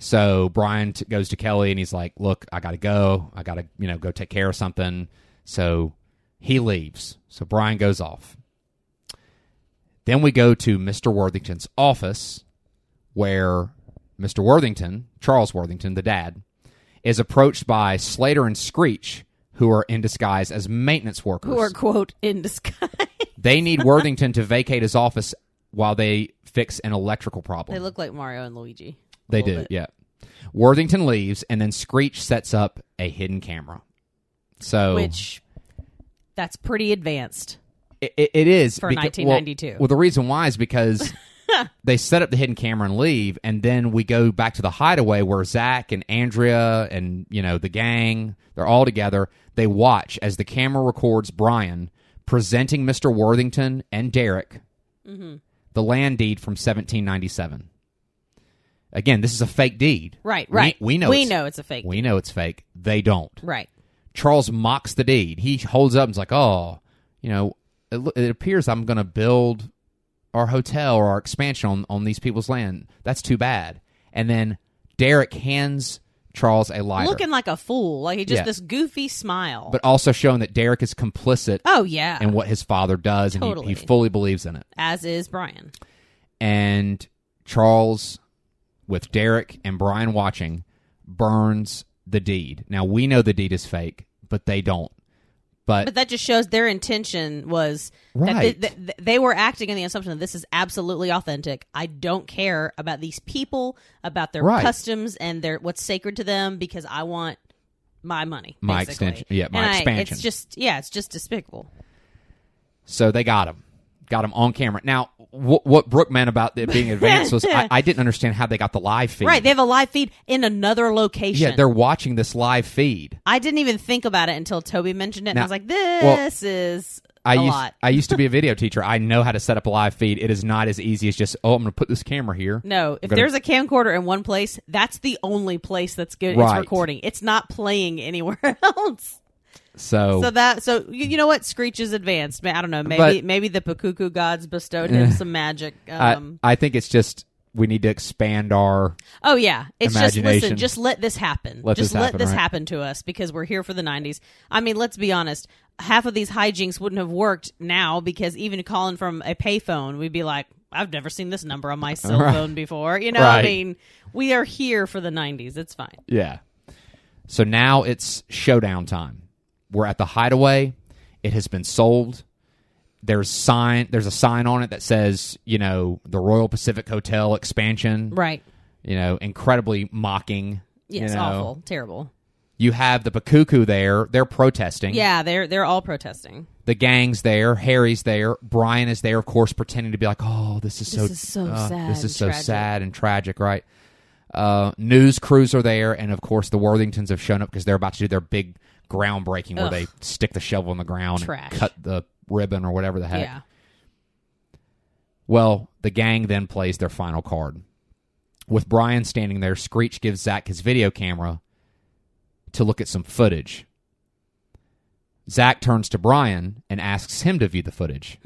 A: So Brian t- goes to Kelly and he's like, "Look, I gotta go. I gotta, you know, go take care of something." So he leaves. So Brian goes off. Then we go to Mr. Worthington's office, where Mr. Worthington, Charles Worthington, the dad, is approached by Slater and Screech, who are in disguise as maintenance workers.
B: Who are quote in disguise?
A: they need Worthington to vacate his office while they fix an electrical problem.
B: they look like Mario and Luigi. a
A: They do,
B: little bit.
A: yeah. Worthington leaves, and then Screech sets up a hidden camera. So
B: which that's pretty advanced.
A: i- i- it is
B: For
A: beca- well-
B: 1992.
A: Well, the reason why is because they set up the hidden camera and leave, and then we go back to the hideaway where Zach and Andrea and you know the gang they're all together. They watch as the camera records Brian presenting Mister Worthington and Derek
B: Mm-hmm.
A: the land deed from 1797. Again, this is a fake deed.
B: Right,
A: We-
B: right.
A: We, know
B: We
A: it's-
B: know it's a fake.
A: We know it's fake. They don't.
B: right.
A: Charles mocks the deed. He holds up and's like, "Oh, you know, it, lo- it appears I'm going to build our hotel or our expansion on on these people's land. That's too bad." And then Derek hands Charles a lighter,
B: Looking like a fool. Like he just
A: Yeah.
B: this goofy smile.
A: but also showing that Derek is complicit
B: oh yeah.
A: in what his father does, and he-
B: Totally.
A: he fully believes in it.
B: as is Brian.
A: and Charles, with Derek and Brian watching, burns the deed. Now we know the deed is fake, but they don't. But,
B: But that just shows their intention was that
A: Right.
B: th- th- they were acting on the assumption that this is absolutely authentic. I don't care about these people, about their
A: Right.
B: customs and their what's sacred to them because I want my money.
A: My
B: basically.
A: extension- yeah, my
B: And I-
A: expansion.
B: it's just yeah, it's just despicable.
A: So they got him, got him on camera. Now, wh- what Brooke meant about it being advanced was I, I didn't understand how they got the live feed.
B: Right, they have a live feed in another location.
A: yeah, they're watching this live feed.
B: I didn't even think about it until Toby mentioned it, and
A: Now-
B: I was like,
A: well,
B: "This is a
A: I used
B: lot."
A: I used to be a video teacher. I know how to set up a live feed. It is not as easy as just oh, I'm going to put this camera here.
B: No, if
A: gonna-
B: there's a camcorder in one place, that's the only place that's good.
A: Right.
B: It's recording. It's not playing anywhere else.
A: So,
B: So that so you, you know what Screech is advanced. Ma- I don't know. Maybe
A: But-
B: maybe the Pakuku gods bestowed him some magic.
A: I,
B: Um,
A: I think it's just we need to expand our
B: oh yeah, it's just listen.
A: Imagination.
B: Just let this happen.
A: Let
B: just
A: this
B: let
A: happen,
B: this
A: right.
B: happen to us because we're here for the '90s. I mean, let's be honest. Half of these hijinks wouldn't have worked now because even calling from a payphone, we'd be like, "I've never seen this number on my cell phone before." You know, I
A: Right.
B: mean, we are here for the '90s. It's fine.
A: yeah. So now it's showdown time. We're at the hideaway. It has been sold. There's sign. There's a sign on it that says, you know, the Royal Pacific Hotel expansion.
B: Right.
A: you know, incredibly mocking.
B: Yes,
A: you know.
B: awful, terrible.
A: You have the Bakuku there; they're protesting.
B: Yeah, they're they're all protesting.
A: the gang's there. Harry's there. Brian is there, of course, pretending to be like, "Oh, this is so
B: is so
A: uh,
B: sad
A: This
B: and
A: is so
B: tragic."
A: sad and tragic, right?" Uh, news crews are there, and of course, the Worthingtons have shown up because they're about to do their big groundbreaking, where
B: Ugh.
A: they stick the shovel in the ground,
B: Trash.
A: and cut the ribbon or whatever the heck.
B: Yeah.
A: Well, the gang then plays their final card. With Brian standing there, Screech gives Zach his video camera to look at some footage. Zach turns to Brian and asks him to view the footage.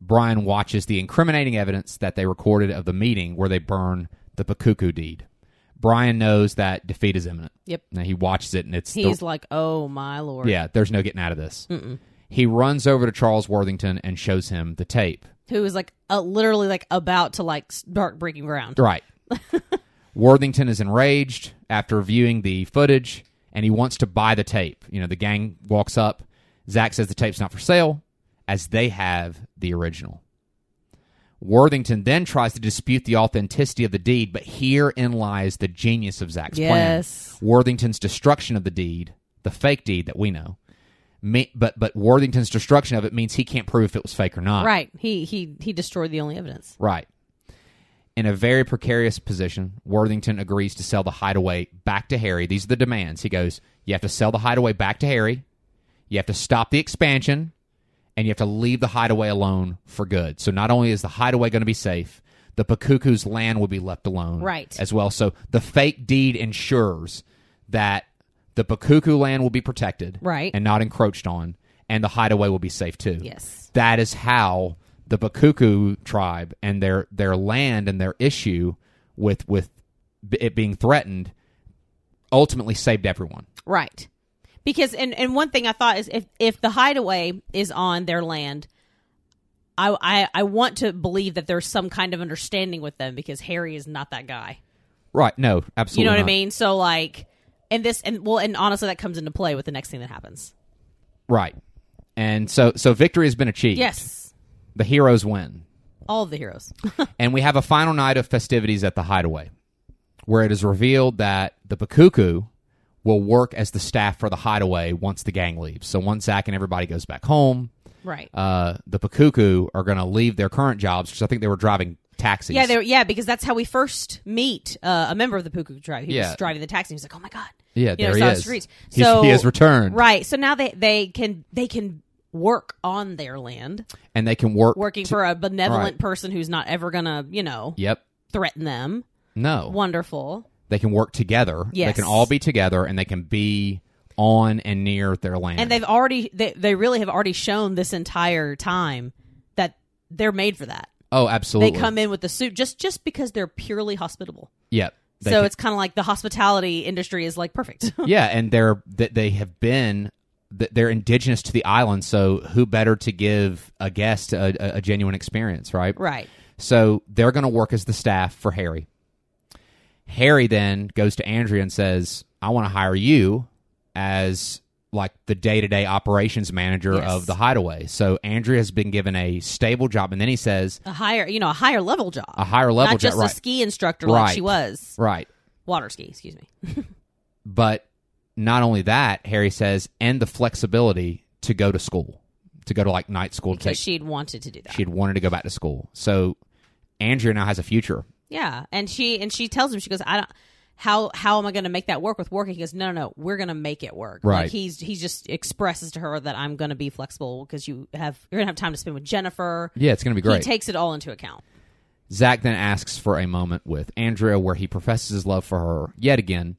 A: Brian watches the incriminating evidence that they recorded of the meeting where they burn the Pakuku deed. Brian knows that defeat is imminent.
B: Yep.
A: Now he watches it and it's the-
B: He's like, "Oh my lord."
A: yeah, there's no getting out of this. He runs over to Charles Worthington and shows him the tape.
B: Who is like uh, literally like about to like start breaking ground.
A: Right. Worthington is enraged after viewing the footage and he wants to buy the tape. You know, the gang walks up. Zach says the tape's not for sale, as they have the original. Worthington then tries to dispute the authenticity of the deed, but herein lies the genius of Zach's
B: Yes.
A: plan. Worthington's destruction of the deed, the fake deed that we know, me, but but Worthington's destruction of it means he can't prove if it was fake or not.
B: Right. He he he destroyed the only evidence.
A: Right. In a very precarious position, Worthington agrees to sell the hideaway back to Harry. These are the demands. He goes, You have to sell the hideaway back to Harry, you have to stop the expansion, and you have to leave the hideaway alone for good. So not only is the hideaway going to be safe, the Pakuku's land will be left alone
B: Right.
A: as well. So the fake deed ensures that the Pakuku land will be protected
B: Right.
A: and not encroached on, and the hideaway will be safe too
B: Yes.
A: that is how the Bakuku tribe and their their land and their issue with with b- it being threatened ultimately saved everyone.
B: Right. Because and and one thing I thought is if if the hideaway is on their land, I I I want to believe that there's some kind of understanding with them because Harry is not that guy.
A: Right? No, absolutely.
B: You know what I
A: not.
B: mean? So like and this and well and honestly that comes into play with the next thing that happens.
A: Right. And so so victory has been achieved.
B: Yes.
A: the heroes win,
B: All of the heroes.
A: and we have a final night of festivities at the Hideaway, where it is revealed that the Bakuku will work as the staff for the Hideaway once the gang leaves. So once Zach and everybody goes back home,
B: right.
A: uh, the Pakuku are going to leave their current jobs because I think they were driving taxis.
B: yeah, they were, yeah, because that's how we first meet uh, a member of the Puku tribe. He
A: Yeah.
B: was driving the taxi. He was like, "Oh my god!"
A: Yeah,
B: you
A: there
B: know,
A: he
B: saw his
A: is.
B: streets.
A: He's-
B: So
A: he has returned.
B: Right. So now they they can they can work on their land,
A: and they can work.
B: working for a benevolent
A: right.
B: person who's not ever gonna you know
A: Yep.
B: threaten them.
A: No,
B: Wonderful.
A: they can work together.
B: Yes.
A: They can all be together, and they can be on and near their land.
B: And they've already they they really have already shown this entire time that they're made for that.
A: oh, absolutely.
B: They come in with the suit just just because they're purely hospitable.
A: Yep. They
B: so
A: can-
B: it's kind of like the hospitality industry is like perfect.
A: yeah, and they're that they have been that they're indigenous to the island. So who better to give a guest a, a, a genuine experience, right?
B: right.
A: So they're going to work as the staff for Harry. Harry then goes to Andrea and says, I want to hire you as like the day to day operations manager
B: Yes.
A: of the hideaway. So Andrea has been given a stable job, and then he says
B: a higher, you know, a higher level job,
A: a higher level
B: not just
A: job, right?
B: a ski instructor like she
A: Right.
B: was,
A: right.
B: water ski. Excuse me.
A: But not only that, Harry says, and the flexibility to go to school, to go to like night school, to take.
B: because she'd wanted to do that.
A: She had wanted to go back to school, so Andrea now has a future.
B: yeah, and she and she tells him she goes, I don't. How how am I going to make that work with work? And he goes, No, no, no. We're going to make it work.
A: Right.
B: Like he's he just expresses to her that I'm going to be flexible because you have you're going to have time to spend with Jennifer.
A: Yeah, it's going to be great.
B: He takes it all into account.
A: Zach then asks for a moment with Andrea where he professes his love for her yet again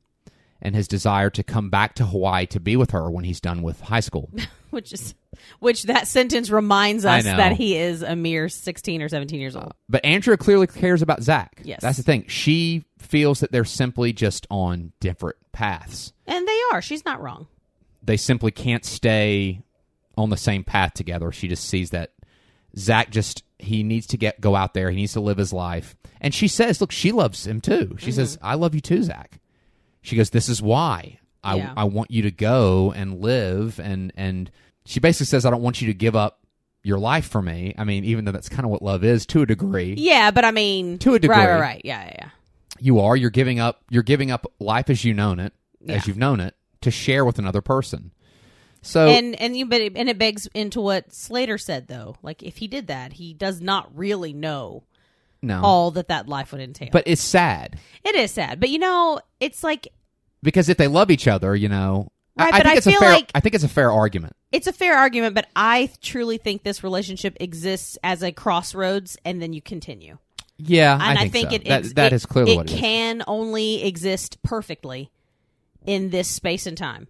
A: and his desire to come back to Hawaii to be with her when he's done with high school.
B: which is which that sentence reminds
A: I
B: us
A: know. Uh.
B: that he is a mere 16 or 17 years old
A: But Andrea clearly cares about Zach.
B: Yes.
A: That's the thing. She feels that they're simply just on different paths.
B: and they are she's not wrong
A: They simply can't stay on the same path together. She just sees that Zach just he needs to get go out there. He needs to live his life. And she says, look, she loves him too.
B: Mm-hmm.
A: She says, I love you too, Zach. She goes, This is why. I,
B: Yeah.
A: I want you to go and live and and she basically says, I don't want you to give up your life for me. I mean, even though that's kind of what love is to a degree.
B: yeah but i mean
A: To a degree.
B: right right, right. yeah yeah, yeah
A: You are, you're giving up you're giving up life as you known it,
B: Yeah.
A: as you've known it, to share with another person. So
B: and and you but it, and it begs into what slater said though like if he did that he does not really know
A: no.
B: all that that life would entail
A: Oh. But it's sad.
B: it is sad but you know it's like
A: Because if they love each other, you know I-
B: Right,
A: I,
B: but
A: think
B: I
A: it's a
B: feel
A: fair
B: like-
A: I think it's a fair argument.
B: it's a fair argument but i truly think this relationship exists as a crossroads and then you continue
A: Yeah,
B: and
A: I think, so.
B: it
A: that,
B: ex-
A: that
B: it-
A: is clearly what it is.
B: can only exist perfectly in this space and time,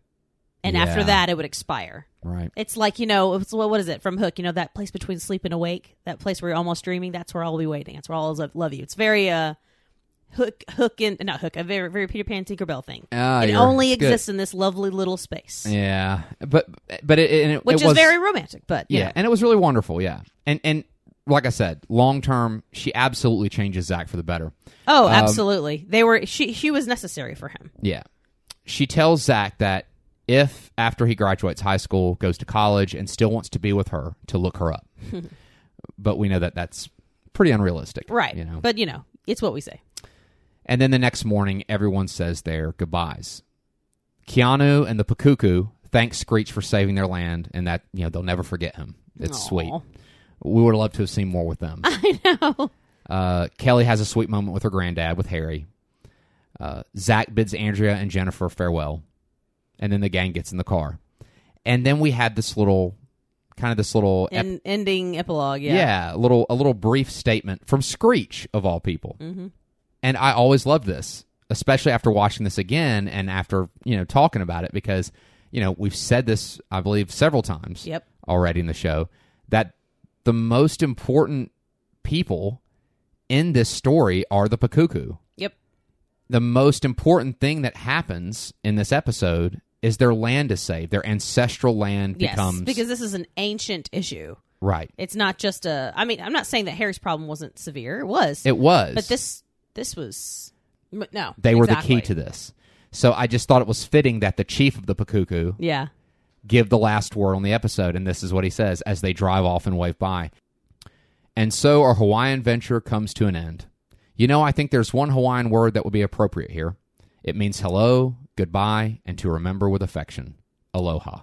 B: and
A: Yeah.
B: after that, it would expire.
A: Right.
B: It's like you know, it's, what what is it from Hook? You know that place between sleep and awake, that place where you're almost dreaming. That's where I'll be waiting. That's where I'll love- love you. It's very uh, Hook Hook and not Hook, a very very Peter Pan Tinkerbell thing.
A: Ah,
B: it
A: you're-
B: only
A: it's good.
B: exists in this lovely little space,
A: Yeah, but but it, and it
B: which
A: it
B: is
A: was,
B: very romantic. But you
A: yeah,
B: know.
A: and it was really wonderful. Yeah, and and like I said, long term, she absolutely changes Zach for the better. Um,
B: oh, absolutely, they were. She she was necessary for him.
A: Yeah, she tells Zach that if after he graduates high school, goes to college, and still wants to be with her, to look her up. but we know that that's pretty unrealistic,
B: Right.
A: You know,
B: But you know, it's what we say.
A: and then the next morning, everyone says their goodbyes. Keanu and the Pakuku thank Screech for saving their land, and that you know they'll never forget him. It's
B: Aw.
A: sweet. We would have loved to have seen more with them.
B: I know.
A: Uh, Kelly has a sweet moment with her granddad with Harry. Uh, Zach bids Andrea and Jennifer farewell, and then the gang gets in the car, and then we had this little, kind of this little, ep-
B: And ending epilogue, yeah.
A: yeah, a little, a little brief statement from Screech of all people, mm-hmm. and I always loved this, especially after watching this again and after you know talking about it because you know we've said this I believe several times,
B: Yep.
A: already in the show that the most important people in this story are the Pakuku.
B: Yep.
A: The most important thing that happens in this episode is their land is saved. Their ancestral land
B: Yes.
A: becomes
B: Because this is an ancient issue.
A: right.
B: It's not just a I mean, I'm not saying that Harry's problem wasn't severe. It was.
A: It was,
B: but this this was m- no.
A: they were the key
B: exactly.
A: to this. So I just thought it was fitting that the chief of the Pakuku
B: Yeah.
A: give the last word on the episode, and this is what he says as they drive off and wave by. And so our Hawaiian venture comes to an end. You know, I think there's one Hawaiian word that would be appropriate here. It means hello, goodbye, and to remember with affection. Aloha.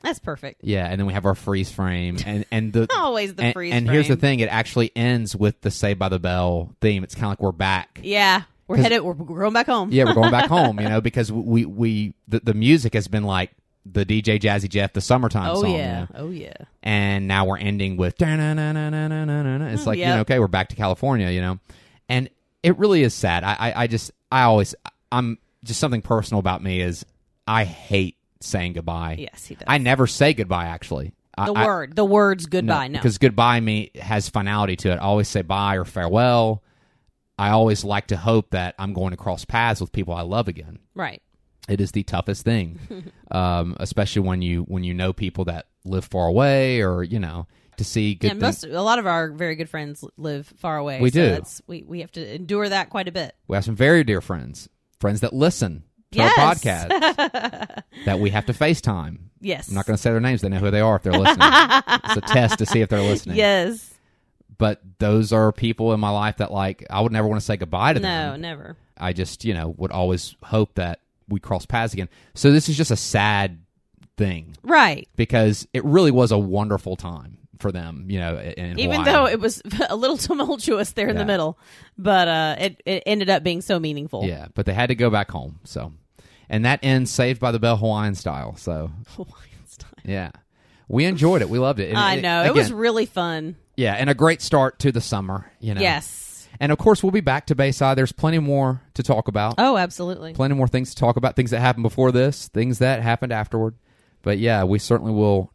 B: That's perfect.
A: Yeah, and then we have our freeze frame, and and the
B: Always Oh, the
A: and,
B: freeze
A: And here's the
B: frame.
A: thing: it actually ends with the "Say by the Bell" theme. It's kind of like we're back.
B: Yeah. We're
A: 'Cause-
B: headed we're, we're going back home.
A: Yeah, we're going back home, you know, because we we the, the music has been like the DJ Jazzy Jeff, the summertime
B: Oh
A: song. you
B: yeah.
A: know?
B: Oh yeah.
A: and now we're ending with "Da-na-na-na-na-na-na-na-na." it's like you
B: Yep.
A: know okay we're back to california you know and it really is sad I, I i just i always i'm just something personal about me is i hate saying goodbye
B: Yes, he does.
A: i never say goodbye actually
B: the
A: I,
B: word. The words goodbye. No.
A: because goodbye me has finality to it. I always say bye or farewell. I always like to hope that I'm going to cross paths with people I love again.
B: Right.
A: It is the toughest thing, um, especially when you when you know people that live far away or you know to see good.
B: and
A: thing-
B: most a lot of our very good friends live far away.
A: We
B: so
A: do.
B: That's, we we have to endure that quite a bit.
A: we have some very dear friends, friends that listen, to our
B: Yes.
A: podcast that we have to FaceTime.
B: Yes.
A: I'm not going to say their names. They know who they are if they're listening. it's a test to see if they're listening.
B: Yes.
A: But those are people in my life that, like, I would never want to say goodbye to them.
B: No, never.
A: I just, you know, would always hope that we cross paths again. So this is just a sad thing
B: Right.
A: because it really was a wonderful time for them, you know, in- in
B: Even
A: Hawaii.
B: though it was a little tumultuous there in
A: Yeah.
B: the middle, but uh, it, it ended up being so meaningful.
A: Yeah, but they had to go back home. So, and that ends Saved by the Bell Hawaiian style. So,
B: Hawaiian style.
A: yeah. We enjoyed it. We loved it. And
B: I know. It was
A: again,
B: really fun.
A: yeah, and a great start to the summer, you know.
B: Yes.
A: And of course, we'll be back to Bayside. There's plenty more to talk about.
B: Oh, absolutely.
A: plenty more things to talk about things that happened before this things that happened afterward but yeah we certainly will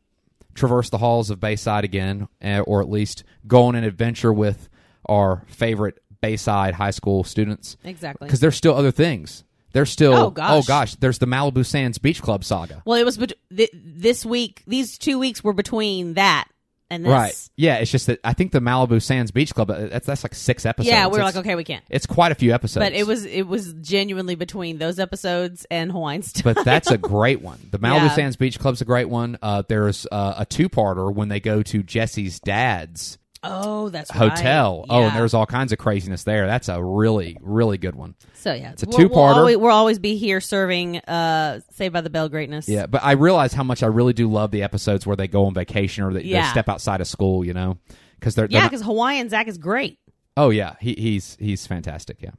A: traverse the halls of bayside again eh, or at least go on an adventure with our favorite bayside high school students
B: Exactly.
A: because there's still other things there's still
B: Oh, gosh.
A: there's the malibu sands beach club saga
B: Well, it was bet- th- this week. These two weeks were between that and this.
A: right yeah it's just that i think the malibu sands beach club eh, that's, that's like six episodes
B: Yeah, we were
A: It's-
B: like, okay, we can't.
A: it's quite a few episodes
B: But it was it was genuinely between those episodes and Hawaiian stuff.
A: but that's a great one. The Malibu
B: Yeah.
A: Sands Beach Club's a great one. Uh, there's uh, a two-parter when they go to Jesse's dad's
B: oh, that's right.
A: hotel. Oh, and
B: Yeah.
A: there's all kinds of craziness there. That's a really, really good one.
B: so yeah, it's
A: a
B: We'll,
A: two-parter.
B: always, we'll always be here serving uh Saved by the Bell greatness.
A: Yeah, but I realize how much I really do love the episodes where they go on vacation or they, they
B: Yeah.
A: step outside of school. You know, because they're, they're
B: yeah,
A: not-
B: because Hawaiian Zach is great.
A: oh yeah, he, he's he's fantastic. Yeah.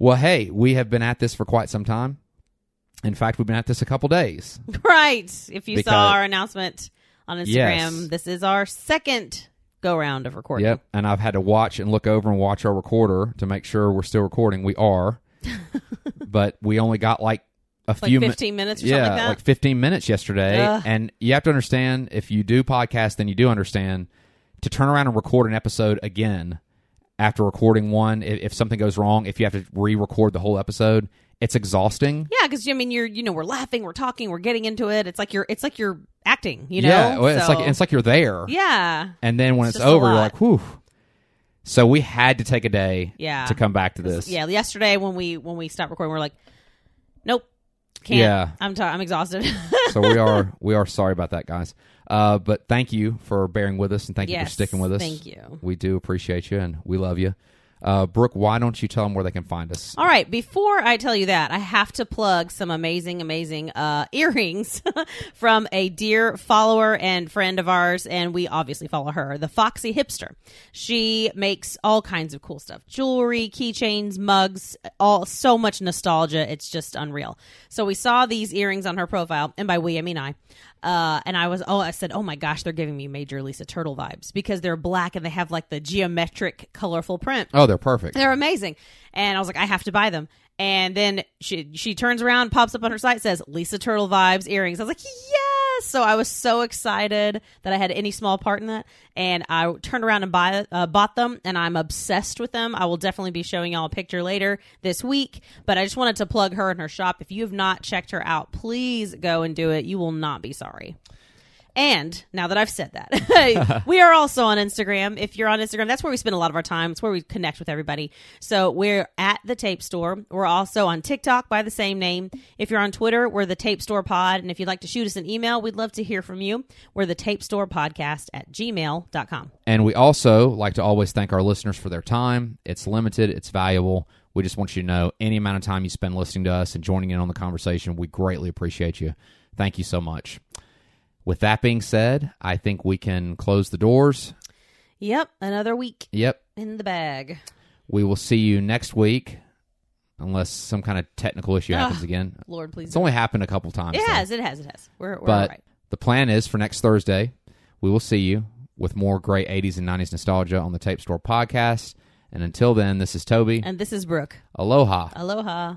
A: Well, hey, we have been at this for quite some time. In fact, we've been at this a couple days.
B: Right. If you
A: Because-
B: saw our announcement on Instagram,
A: Yes.
B: this is our second go round of recording.
A: Yep. And I've had to watch and look over and watch our recorder to make sure we're still recording. We are. but we only got like a
B: Like
A: few minutes.
B: 15 minutes or
A: Yeah,
B: something like that.
A: 15 minutes yesterday.
B: Ugh.
A: And you have to understand if you do podcast, then you do understand to turn around and record an episode again after recording one. If, if something goes wrong, if you have to re record the whole episode, it's exhausting.
B: Yeah, because I mean, you're you know we're laughing, we're talking, we're getting into it. It's like you're it's like you're acting, you know.
A: yeah. well, It's
B: So-
A: like, it's like you're there.
B: yeah,
A: And then when
B: It's
A: it's,
B: just a
A: over, you're
B: lot.
A: like, whew. So we had to take a day
B: Yeah.
A: to come back to this.
B: yeah. Yesterday when we when we stopped recording, we are like, nope, can't.
A: Yeah.
B: I'm t- I'm exhausted.
A: so we are we are sorry about that, guys. Uh, but thank you for bearing with us and thank you for
B: Yes,
A: sticking with us.
B: thank you.
A: We do appreciate you and we love you. Uh, Brooke, why don't you tell them where they can find us?
B: All right, before I tell you that, I have to plug some amazing, amazing uh, earrings from a dear follower and friend of ours, and we obviously follow her, the Foxy Hipster. She makes all kinds of cool stuff jewelry, keychains, mugs, all so much nostalgia. It's just unreal. So we saw these earrings on her profile, and by we, I mean I. Uh, and I was, oh, I said, oh my gosh, they're giving me major Lisa Turtle vibes because they're black and they have like the geometric, colorful print.
A: Oh, they're perfect.
B: They're amazing. And I was like, I have to buy them. And then she she turns around, pops up on her site, says Lisa Turtle vibes earrings. I was like, yes. So I was so excited that I had any small part in that, and I turned around and buy uh, bought them, and I'm obsessed with them. I will definitely be showing y'all a picture later this week. But I just wanted to plug her and her shop. If you have not checked her out, please go and do it. You will not be sorry. And now that I've said that, we are also on Instagram. If you're on Instagram, that's where we spend a lot of our time. It's where we connect with everybody. So we're at the Tape Store. We're also on TikTok by the same name. If you're on Twitter, we're the Tape Store Pod. And if you'd like to shoot us an email, we'd love to hear from you. We're the Tape Store Podcast at gmail.com.
A: And we also like to always thank our listeners for their time. It's limited, it's valuable. We just want you to know any amount of time you spend listening to us and joining in on the conversation, we greatly appreciate you. Thank you so much. With that being said, I think we can close the doors.
B: Yep, another week
A: Yep.
B: in the bag.
A: We will see you next week, unless some kind of technical issue happens again.
B: Lord, please.
A: It's only happened a couple times.
B: It
A: though.
B: has, it has, it has. We're, we're all
A: But
B: right.
A: the plan is for next Thursday, we will see you with more great 80s and 90s nostalgia on the Tape Store podcast. And until then, this is Toby.
B: And this is Brooke.
A: Aloha.
B: Aloha.